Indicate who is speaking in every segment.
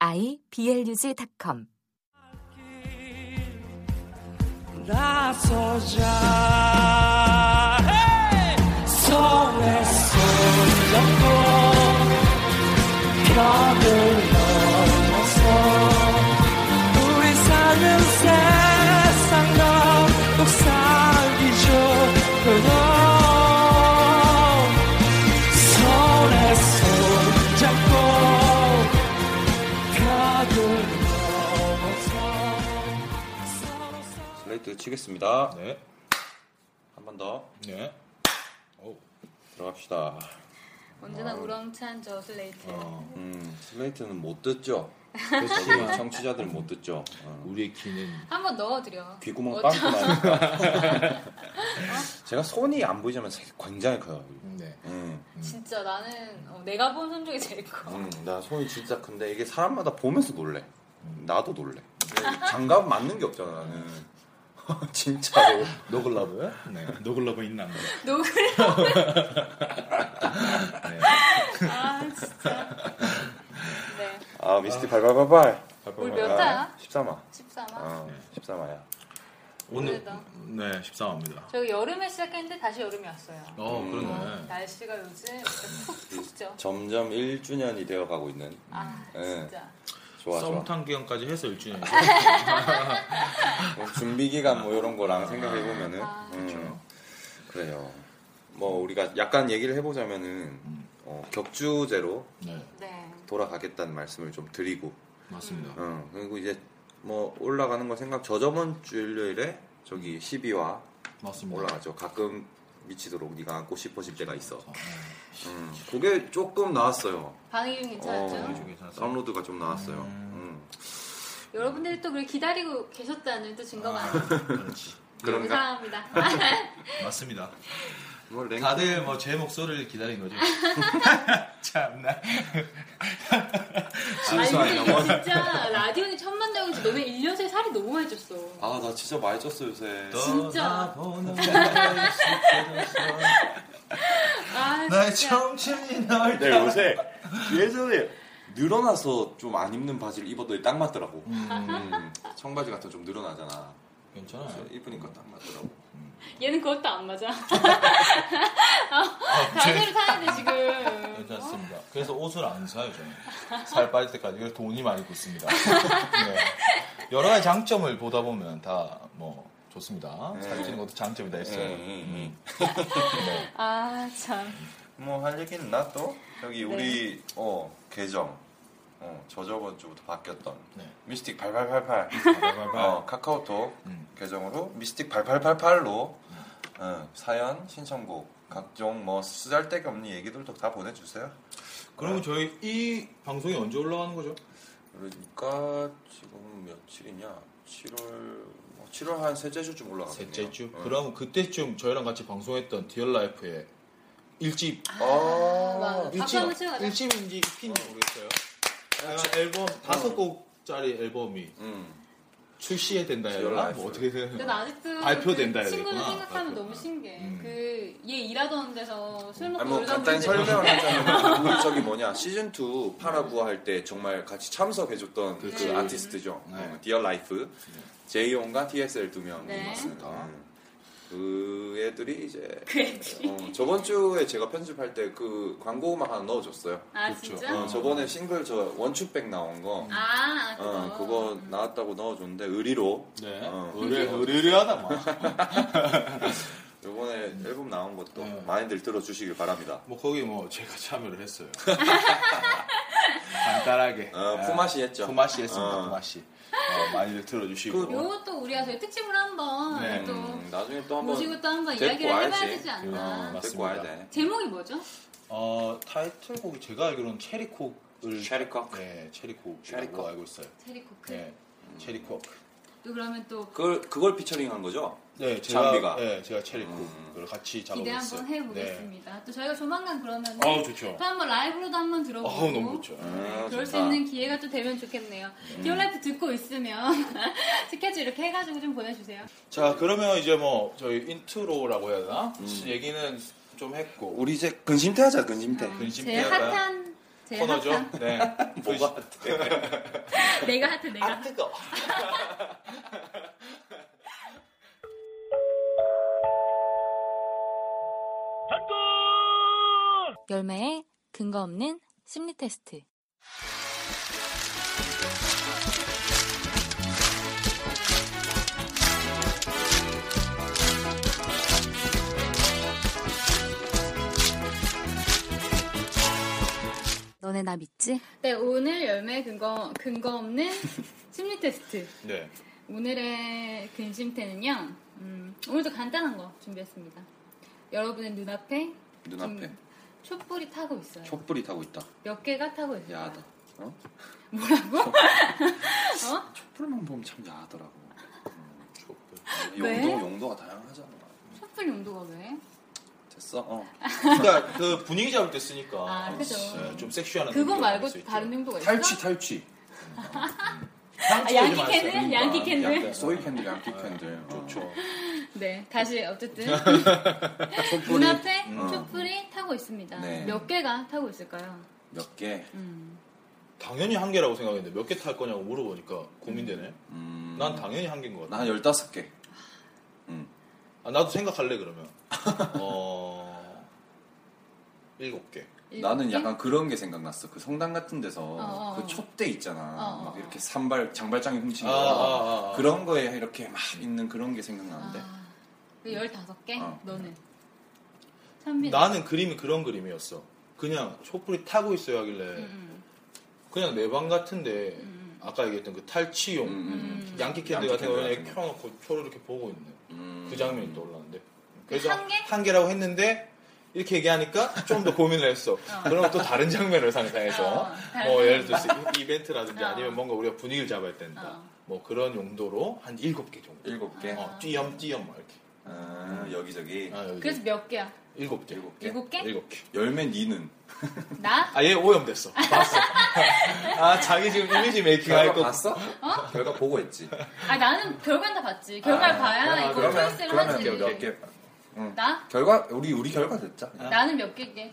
Speaker 1: iblog.com
Speaker 2: 나서자 성에 손잡고 벽을 넘어서 우리 사는 세상 너꼭 살기 좋고요 손에 손잡고 벽을 넘어서
Speaker 3: 슬레이트 치겠습니다.
Speaker 4: 네.
Speaker 3: 한 번 더
Speaker 4: 네. 오.
Speaker 3: 들어갑시다. 아,
Speaker 5: 언제나 우렁찬 저 슬레이트.
Speaker 4: 어,
Speaker 3: 음, 슬레이트는 못 듣죠? 우리
Speaker 4: 그렇지.
Speaker 3: 청취자들 못 듣죠? 어,
Speaker 4: 우리의 귀는
Speaker 5: 한번 넣어드려.
Speaker 3: 귀구멍
Speaker 5: 어쩌- 어?
Speaker 3: 빵꾸 나니까. 제가 손이 안 보이지만 되게 굉장히 커요.
Speaker 4: 네.
Speaker 3: 음,
Speaker 5: 진짜 나는 어, 내가 본 손 중에 제일 커.
Speaker 3: 음, 나 손이 진짜 큰데 이게 음. 네. 사람마다 보면서 놀래. 나도 놀래. 장갑 맞는 게 없잖아, 나는. 진짜로.
Speaker 4: 노글러브요? 네. 노글러브 있나? 안 보여?
Speaker 5: 노그레.
Speaker 4: 네.
Speaker 5: 아 진짜. 네.
Speaker 3: 아, 미스티 아, 발발발발.
Speaker 5: 우리
Speaker 4: 발표가-
Speaker 5: 아, 몇 타야?
Speaker 3: 14마.
Speaker 5: 14만.
Speaker 3: 어, 14마야.
Speaker 4: 오늘
Speaker 5: 오늘이다.
Speaker 4: 네, 14화입니다.
Speaker 5: 저기 여름에 시작했는데 다시 여름이 왔어요.
Speaker 4: 어,
Speaker 3: 음.
Speaker 5: 어,
Speaker 4: 그러네.
Speaker 5: 날씨가 요즘 이렇게 푹 푹죠.
Speaker 3: 점점 1주년이 되어가고 있는.
Speaker 5: 아
Speaker 3: 네.
Speaker 5: 진짜.
Speaker 3: 좋아, 좋아.
Speaker 4: 썸탄 기간까지 해서 일주일.
Speaker 3: 뭐 준비 기간 뭐 이런 거랑 생각해 보면은 음,
Speaker 5: 아.
Speaker 3: 네. 그래요. 뭐 우리가 약간 얘기를 해보자면은 어, 격주제로
Speaker 4: 네,
Speaker 5: 네.
Speaker 3: 돌아가겠다는 말씀을 좀 드리고
Speaker 4: 맞습니다.
Speaker 3: 어, 그리고 이제 뭐 올라가는 거 생각 저 저번 주 일요일에 저기 12화
Speaker 4: 맞습니다.
Speaker 3: 올라가죠. 가끔 미치도록 네가 안고 싶어질 때가 있어.
Speaker 4: 어,
Speaker 3: 음, 그게 조금 나왔어요.
Speaker 5: 방이 네, 좀 괜찮았죠?
Speaker 3: 어,
Speaker 4: 이쪽에 살짝.
Speaker 3: 다운로드가 좀 나왔어요.
Speaker 4: 음.
Speaker 3: 음.
Speaker 5: 여러분들이 또 그걸 기다리고 계셨다는 또 증거가 아니에요.
Speaker 4: 네. 그렇지.
Speaker 3: 그런가?
Speaker 5: 감사합니다. 아,
Speaker 4: 맞습니다.
Speaker 3: 뭐 랭크
Speaker 4: 다들 뭐 제 목소리를 기다린 거죠. 참나.
Speaker 5: 아니
Speaker 3: 실수하니
Speaker 5: 근데 이거 진짜 라디오는 처음 만나고지 너네 1년 사이 살이 너무 많이 쪘어.
Speaker 3: 아나 진짜 많이 쪘어 요새.
Speaker 5: 진짜.
Speaker 4: 떠나보는 나의 시체로서
Speaker 5: 아,
Speaker 4: 나의
Speaker 5: 진짜.
Speaker 4: 청춘이 널
Speaker 3: 네 요새 예전에 늘어나서 좀 안 입는 바지를 입어도 딱 맞더라고. 음, 청바지 같은 좀 늘어나잖아.
Speaker 4: 괜찮아.
Speaker 3: 그래서 입으니까 딱 맞더라고.
Speaker 5: 얘는 그것도 안 맞아. 자세를 사야 돼
Speaker 4: 네,
Speaker 5: 지금.
Speaker 4: 괜찮습니다. 그래서 옷을 안 사요 저는. 살 빠질 때까지 그래서 돈이 많이 굳습니다. 네. 여러 가지 장점을 보다 보면 다 뭐 좋습니다. 살 찌는 것도 장점이 다 있어요.
Speaker 3: 음,
Speaker 4: 네.
Speaker 5: 아 참.
Speaker 3: 뭐할 얘기는 나 또? 여기
Speaker 4: 네.
Speaker 3: 우리 어 계정 어 저저번 주부터 바뀌었던
Speaker 4: 네.
Speaker 3: 미스틱 발발발팔
Speaker 4: 발발발팔.
Speaker 3: 어, 카카오톡
Speaker 4: 음.
Speaker 3: 계정으로 미스틱 발발발팔로 어, 사연 신청곡 각종 뭐 쓰잘데기 없는 얘기들도 다 보내주세요.
Speaker 4: 그러면 저희 이 방송이 언제 올라가는 거죠?
Speaker 3: 그러니까 지금 며칠이냐? 7월 7월 한 셋째 주쯤 올라가겠네요. 음.
Speaker 4: 셋째 주.
Speaker 3: 응.
Speaker 4: 그럼 그때쯤 저희랑 같이 방송했던 디얼 라이프의 일집
Speaker 5: 아, 맞아. 박수 한번 치고 가자.
Speaker 4: 어, 일집인지 핀지 모르겠어요. 아, 앨범 다섯 곡짜리 앨범이
Speaker 3: 음.
Speaker 4: 출시해 된다
Speaker 3: 디얼
Speaker 4: 해야
Speaker 3: 라이프.
Speaker 4: 뭐 어떻게
Speaker 5: 난
Speaker 4: 생각해요?
Speaker 5: 아직도
Speaker 4: 발표된다
Speaker 5: 그
Speaker 4: 해야
Speaker 5: 친구를
Speaker 4: 되겠구나.
Speaker 5: 생각하면
Speaker 4: 발표.
Speaker 5: 너무 신기해.
Speaker 4: 음.
Speaker 5: 그 얘 일하던 데서 술 먹고
Speaker 3: 아니 뭐
Speaker 5: 놀다
Speaker 3: 간단히
Speaker 5: 보니까
Speaker 3: 설명을 하자면 우리 저기 뭐냐 시즌 2 파라구아 할 때 정말 같이 참석해줬던 그
Speaker 5: 그렇죠.
Speaker 3: 아티스트죠.
Speaker 4: 네. 아.
Speaker 3: 어, 디어 라이프 제이온과 TXL 두 명.
Speaker 5: 네.
Speaker 3: 맞습니다. 음. 그 애들이 이제
Speaker 5: 그 애들이.
Speaker 3: 어, 저번 주에 제가 편집할 때 그 광고 음악 하나 넣어줬어요.
Speaker 5: 아
Speaker 4: 그렇죠.
Speaker 5: 진짜?
Speaker 3: 어, 저번에 싱글 저 원추백 나온 거
Speaker 5: 아 그거.
Speaker 3: 어, 그거 나왔다고 넣어줬는데 의리로
Speaker 4: 네.
Speaker 3: 어.
Speaker 4: 의뢰, 의뢰하다 뭐. 막.
Speaker 3: 이번에 앨범 나온 것도
Speaker 4: 네.
Speaker 3: 많이들 들어주시길 바랍니다.
Speaker 4: 뭐 거기 뭐 제가 참여를 했어요. 간단하게. 네.
Speaker 3: 어, 품앗이 했죠.
Speaker 4: 품앗이 했습니다.
Speaker 3: 어.
Speaker 4: 품앗이. 어, 많이들 들어주시고.
Speaker 3: 그
Speaker 5: 요것도 우리가 저희 특집으로 한번
Speaker 4: 네.
Speaker 5: 또
Speaker 3: 음, 나중에 또 한번
Speaker 5: 모시고 또 한번
Speaker 3: 데리고
Speaker 5: 이야기를 해봐야
Speaker 3: 와야지. 어.
Speaker 5: 되지
Speaker 4: 음,
Speaker 5: 않나.
Speaker 4: 맞습니다.
Speaker 3: 데리고 와야 돼.
Speaker 5: 제목이 뭐죠?
Speaker 4: 어, 타이틀곡이 제가 알기로는 체리콕 을-
Speaker 3: 체리콕.
Speaker 4: 네, 체리콕.
Speaker 3: 체리콕. 음.
Speaker 4: 알고 있어요.
Speaker 5: 체리 코크.
Speaker 4: 네, 체리콕.
Speaker 5: 또 그러면 또
Speaker 3: 그걸 그걸 피처링한 거죠?
Speaker 4: 네, 제가
Speaker 3: 장비가. 음.
Speaker 4: 네, 제가 체리콕을 같이 작업했어요. 네. 어,
Speaker 5: 기대 한번 해보겠습니다. 또 저희가 조만간 그러면
Speaker 4: 아우 좋죠.
Speaker 5: 또 한번 라이브로도 한번 들어보고
Speaker 4: 아우 너무 좋죠. 아. 음.
Speaker 3: 음,
Speaker 5: 그럴 수
Speaker 3: 좋다.
Speaker 5: 있는 기회가 또 되면 좋겠네요. 디올라이프 듣고 있으면 스케줄 이렇게 해가지고 좀 보내주세요.
Speaker 4: 자, 그러면 이제 뭐 저희 인트로라고 해야 되나? 얘기는 좀 했고
Speaker 3: 음. 우리 이제 근심태 하자 근심태.
Speaker 4: 근심
Speaker 5: 제일
Speaker 4: 피해가
Speaker 5: 핫한 제일
Speaker 4: 코너죠.
Speaker 5: 핫한
Speaker 4: 네. 뭐가
Speaker 5: 내가 핫해 내가 핫해.
Speaker 4: 아, 뜨거.
Speaker 6: 열매의 근거 없는 심리 테스트. 너네 나 믿지?
Speaker 5: 네 오늘 열매 근거 근거 없는 심리 테스트.
Speaker 4: 네.
Speaker 5: 오늘의 근심태는요. 음, 오늘도 간단한 거 준비했습니다. 여러분의 눈앞에
Speaker 3: 눈앞에
Speaker 5: 좀 촛불이 타고 있어요.
Speaker 3: 촛불이 타고 있다.
Speaker 5: 몇 개가 타고 있어요.
Speaker 3: 야하다. 어?
Speaker 5: 뭐라고? 어?
Speaker 3: 촛불만 보면 참 야하더라고.
Speaker 4: 촛불.
Speaker 5: 왜?
Speaker 3: 용도 용도가 다양하잖아.
Speaker 5: 촛불 용도가 왜?
Speaker 3: 됐어. 어.
Speaker 4: 그러니까 그 분위기 잡을 때 쓰니까
Speaker 5: 아, 그죠.
Speaker 4: 네, 좀 섹시한
Speaker 5: 그거 말고 다른 용도가 있어?
Speaker 3: 탈취 탈취.
Speaker 5: 아, 양키 캔들? 양키 캔들?
Speaker 3: 약간 소이 캔들 아, 양키 캔들.
Speaker 4: 아,
Speaker 3: 좋죠.
Speaker 4: 좋죠.
Speaker 5: 네, 다시 어쨌든
Speaker 3: 촛불이
Speaker 5: 눈앞에
Speaker 3: 음.
Speaker 5: 촛불이 타고 있습니다.
Speaker 3: 네.
Speaker 5: 몇 개가 타고 있을까요?
Speaker 3: 몇 개.
Speaker 5: 음.
Speaker 4: 당연히 한 개라고 생각했는데 몇 개 탈 거냐고 물어보니까 고민되네.
Speaker 3: 음,
Speaker 4: 난 당연히 한 개인 것 같아.
Speaker 3: 난 열다섯 개. 음.
Speaker 4: 아, 나도 생각할래 그러면. 어 일곱 개.
Speaker 5: 일곱
Speaker 3: 나는
Speaker 5: 개?
Speaker 3: 약간 그런 게 생각났어. 그 성당 같은 데서
Speaker 5: 예? 어, 어.
Speaker 3: 그 촛대 있잖아.
Speaker 5: 어, 어.
Speaker 3: 막 이렇게 산발 장발장이 훔치는
Speaker 4: 아,
Speaker 3: 거.
Speaker 4: 아, 아, 아.
Speaker 3: 그런 거에 이렇게 막 있는 그런 게 생각나는데.
Speaker 5: 아, 15개?
Speaker 3: 어.
Speaker 5: 너는? 선빈.
Speaker 4: 나는 그림이 그런 그림이었어. 그냥 촛불이 타고 있어야 하길래
Speaker 5: 음, 음,
Speaker 4: 그냥 내 방 같은데
Speaker 5: 음.
Speaker 4: 아까 얘기했던 그 탈취용
Speaker 3: 음, 음, 음.
Speaker 5: 음.
Speaker 4: 양키 캔들
Speaker 3: 양키
Speaker 4: 같은
Speaker 3: 캔들
Speaker 4: 거에
Speaker 3: 같은 거.
Speaker 4: 켜놓고 초를 이렇게 보고 있는
Speaker 3: 음.
Speaker 4: 그 장면이 떠올랐는데 그래서
Speaker 5: 한 개?
Speaker 4: 한 개라고 했는데 이렇게 얘기하니까 좀 더 고민을 했어. 그럼 또 다른 장면을 상상해서
Speaker 5: 어, 다른
Speaker 4: 뭐 예를 들어서 이- 이벤트라든지
Speaker 5: 어.
Speaker 4: 아니면 뭔가 우리가 분위기를 잡아야 된다.
Speaker 5: 어. 아.
Speaker 4: 뭐 그런 용도로 한 일곱 개 정도.
Speaker 3: 일곱 개.
Speaker 4: 어, 띄엄띄엄 막 이렇게.
Speaker 3: 아, 여기저기.
Speaker 4: 아, 여기
Speaker 5: 음. 그래서 몇 개야?
Speaker 4: 일곱 개.
Speaker 3: 네. 일곱 개.
Speaker 5: 일곱 개?
Speaker 4: 일곱 개.
Speaker 3: 열매 니는.
Speaker 5: 나?
Speaker 4: 아, 얘 오염됐어. 봤어. 아, 자기 지금 이미지 메이킹 할 거.
Speaker 3: 봤어? 결과 보고 했지.
Speaker 5: 아, 나는 결과는 다 봤지. 결과를
Speaker 3: 아,
Speaker 5: 봐야
Speaker 4: 그러면-
Speaker 5: 이거
Speaker 3: 그러면
Speaker 5: 초이스를
Speaker 3: 그러면
Speaker 5: 하지.
Speaker 3: 몇 개. 아.
Speaker 5: 나?
Speaker 3: 결과 우리 우리 결과 됐자. 뭐 그냥.
Speaker 5: 나는 몇 개게?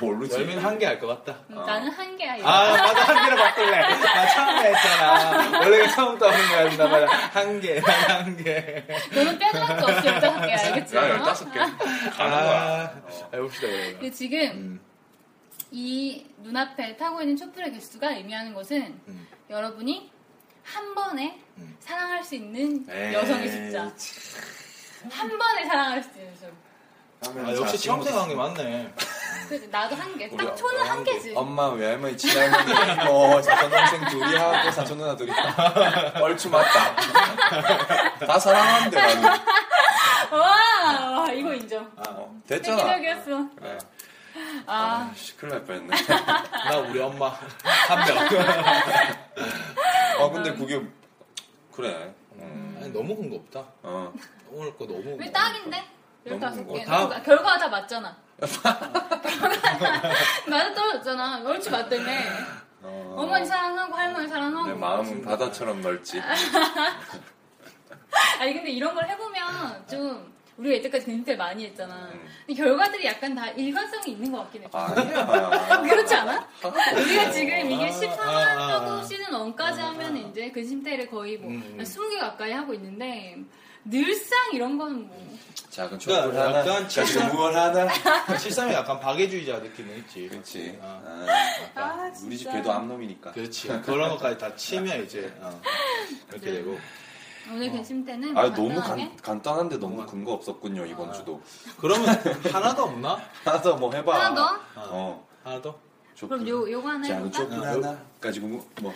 Speaker 3: 뭘로 지
Speaker 4: 열면 한 개 할 것 같다.
Speaker 5: 음, 나는 한 개야. 이거.
Speaker 4: 아, 맞아. 한 개로 바꿀래. 나 처음에 했잖아. 원래 처음부터 하는 거야. 했나 봐요. 한 개, 난한 개.
Speaker 5: 너는 빼놓을 거 없이 열다섯 개야. 알겠지? 어?
Speaker 3: 나 열다섯 개. 가는 거야.
Speaker 4: 아, 해봅시다, 그러면.
Speaker 5: 근데 지금
Speaker 3: 음.
Speaker 5: 이 눈앞에 타고 있는 촛불의 개수가 의미하는 것은
Speaker 4: 음.
Speaker 5: 여러분이 한 번에
Speaker 4: 음.
Speaker 5: 사랑할 수 있는
Speaker 3: 에이,
Speaker 5: 여성의 숫자. 한 번에 사랑할 수 있는 여성.
Speaker 4: 아, 역시 처음 생각한 게 맞네.
Speaker 5: 그래서 나도 한 개.
Speaker 3: 우리
Speaker 5: 딱 초는 한 개지.
Speaker 3: 엄마 외할머니 친할머니 있고 사촌 동생 둘이 하고 사촌 누나 둘이 있다. 얼추 맞다. 다 사랑하는데 나는.
Speaker 5: 와, 와, 이거 인정.
Speaker 3: 어, 됐잖아. 네.
Speaker 5: 획기적이었어.
Speaker 3: 그래.
Speaker 5: 아,
Speaker 3: 아, 씨, 큰일 날 뻔했네.
Speaker 4: 나 우리 엄마 한 명.
Speaker 3: 아 근데 그게 그래.
Speaker 4: 아니, 너무 근거 없다.
Speaker 3: 어.
Speaker 4: 오늘 거 너무.
Speaker 5: 왜 딱인데?
Speaker 3: 너무
Speaker 5: 15개.
Speaker 3: 뭔가-
Speaker 4: 다음.
Speaker 5: 결과가 다 맞잖아. 결과가 다 맞아 떨어졌잖아. 얼추 맞다며. 어머니 사랑하고 할머니 사랑하고.
Speaker 3: 내 마음은 바다처럼 넓지.
Speaker 5: 아니 근데 이런 걸 해보면 좀 우리가 이때까지 근태 많이 했잖아. 근데 결과들이 약간 다 일관성이 있는 것 같긴 해.
Speaker 3: 아. 아니야.
Speaker 5: 그렇지 않아? 우리가 지금 이게
Speaker 4: 아,
Speaker 5: 13화
Speaker 4: 아, 아.
Speaker 5: 하고 시즌 1까지 하면 이제 근심태를 거의 뭐
Speaker 4: 음, 음.
Speaker 5: 20개 가까이 하고 있는데 늘상 이런 건 뭐.
Speaker 3: 작은 촛불
Speaker 4: 그러니까
Speaker 3: 하나.
Speaker 4: 약간
Speaker 3: 작은 무얼 하나.
Speaker 4: 실상이 약간 박애주의자 느낌은 있지.
Speaker 3: 그렇지.
Speaker 4: 아,
Speaker 3: 아,
Speaker 5: 아,
Speaker 3: 우리 집 개도 암놈이니까.
Speaker 4: 그렇지. 그런 것까지 다 치면 이제 어,
Speaker 5: 네.
Speaker 4: 이렇게 되고.
Speaker 5: 오늘 그 근심태는
Speaker 3: 아 너무
Speaker 5: 간단하게
Speaker 3: 간, 간단한데 너무 근거 없었군요 이번
Speaker 4: 아.
Speaker 3: 주도.
Speaker 4: 그러면 하나 더 없나?
Speaker 3: 하나 더 뭐 해봐.
Speaker 5: 하나 더?
Speaker 3: 어.
Speaker 4: 하나 더?
Speaker 3: 촛불.
Speaker 5: 그럼 요, 요거 하나
Speaker 3: 작은
Speaker 5: 해볼까?
Speaker 3: 촛불
Speaker 4: 아,
Speaker 3: 하나 가지고 뭐, 뭐.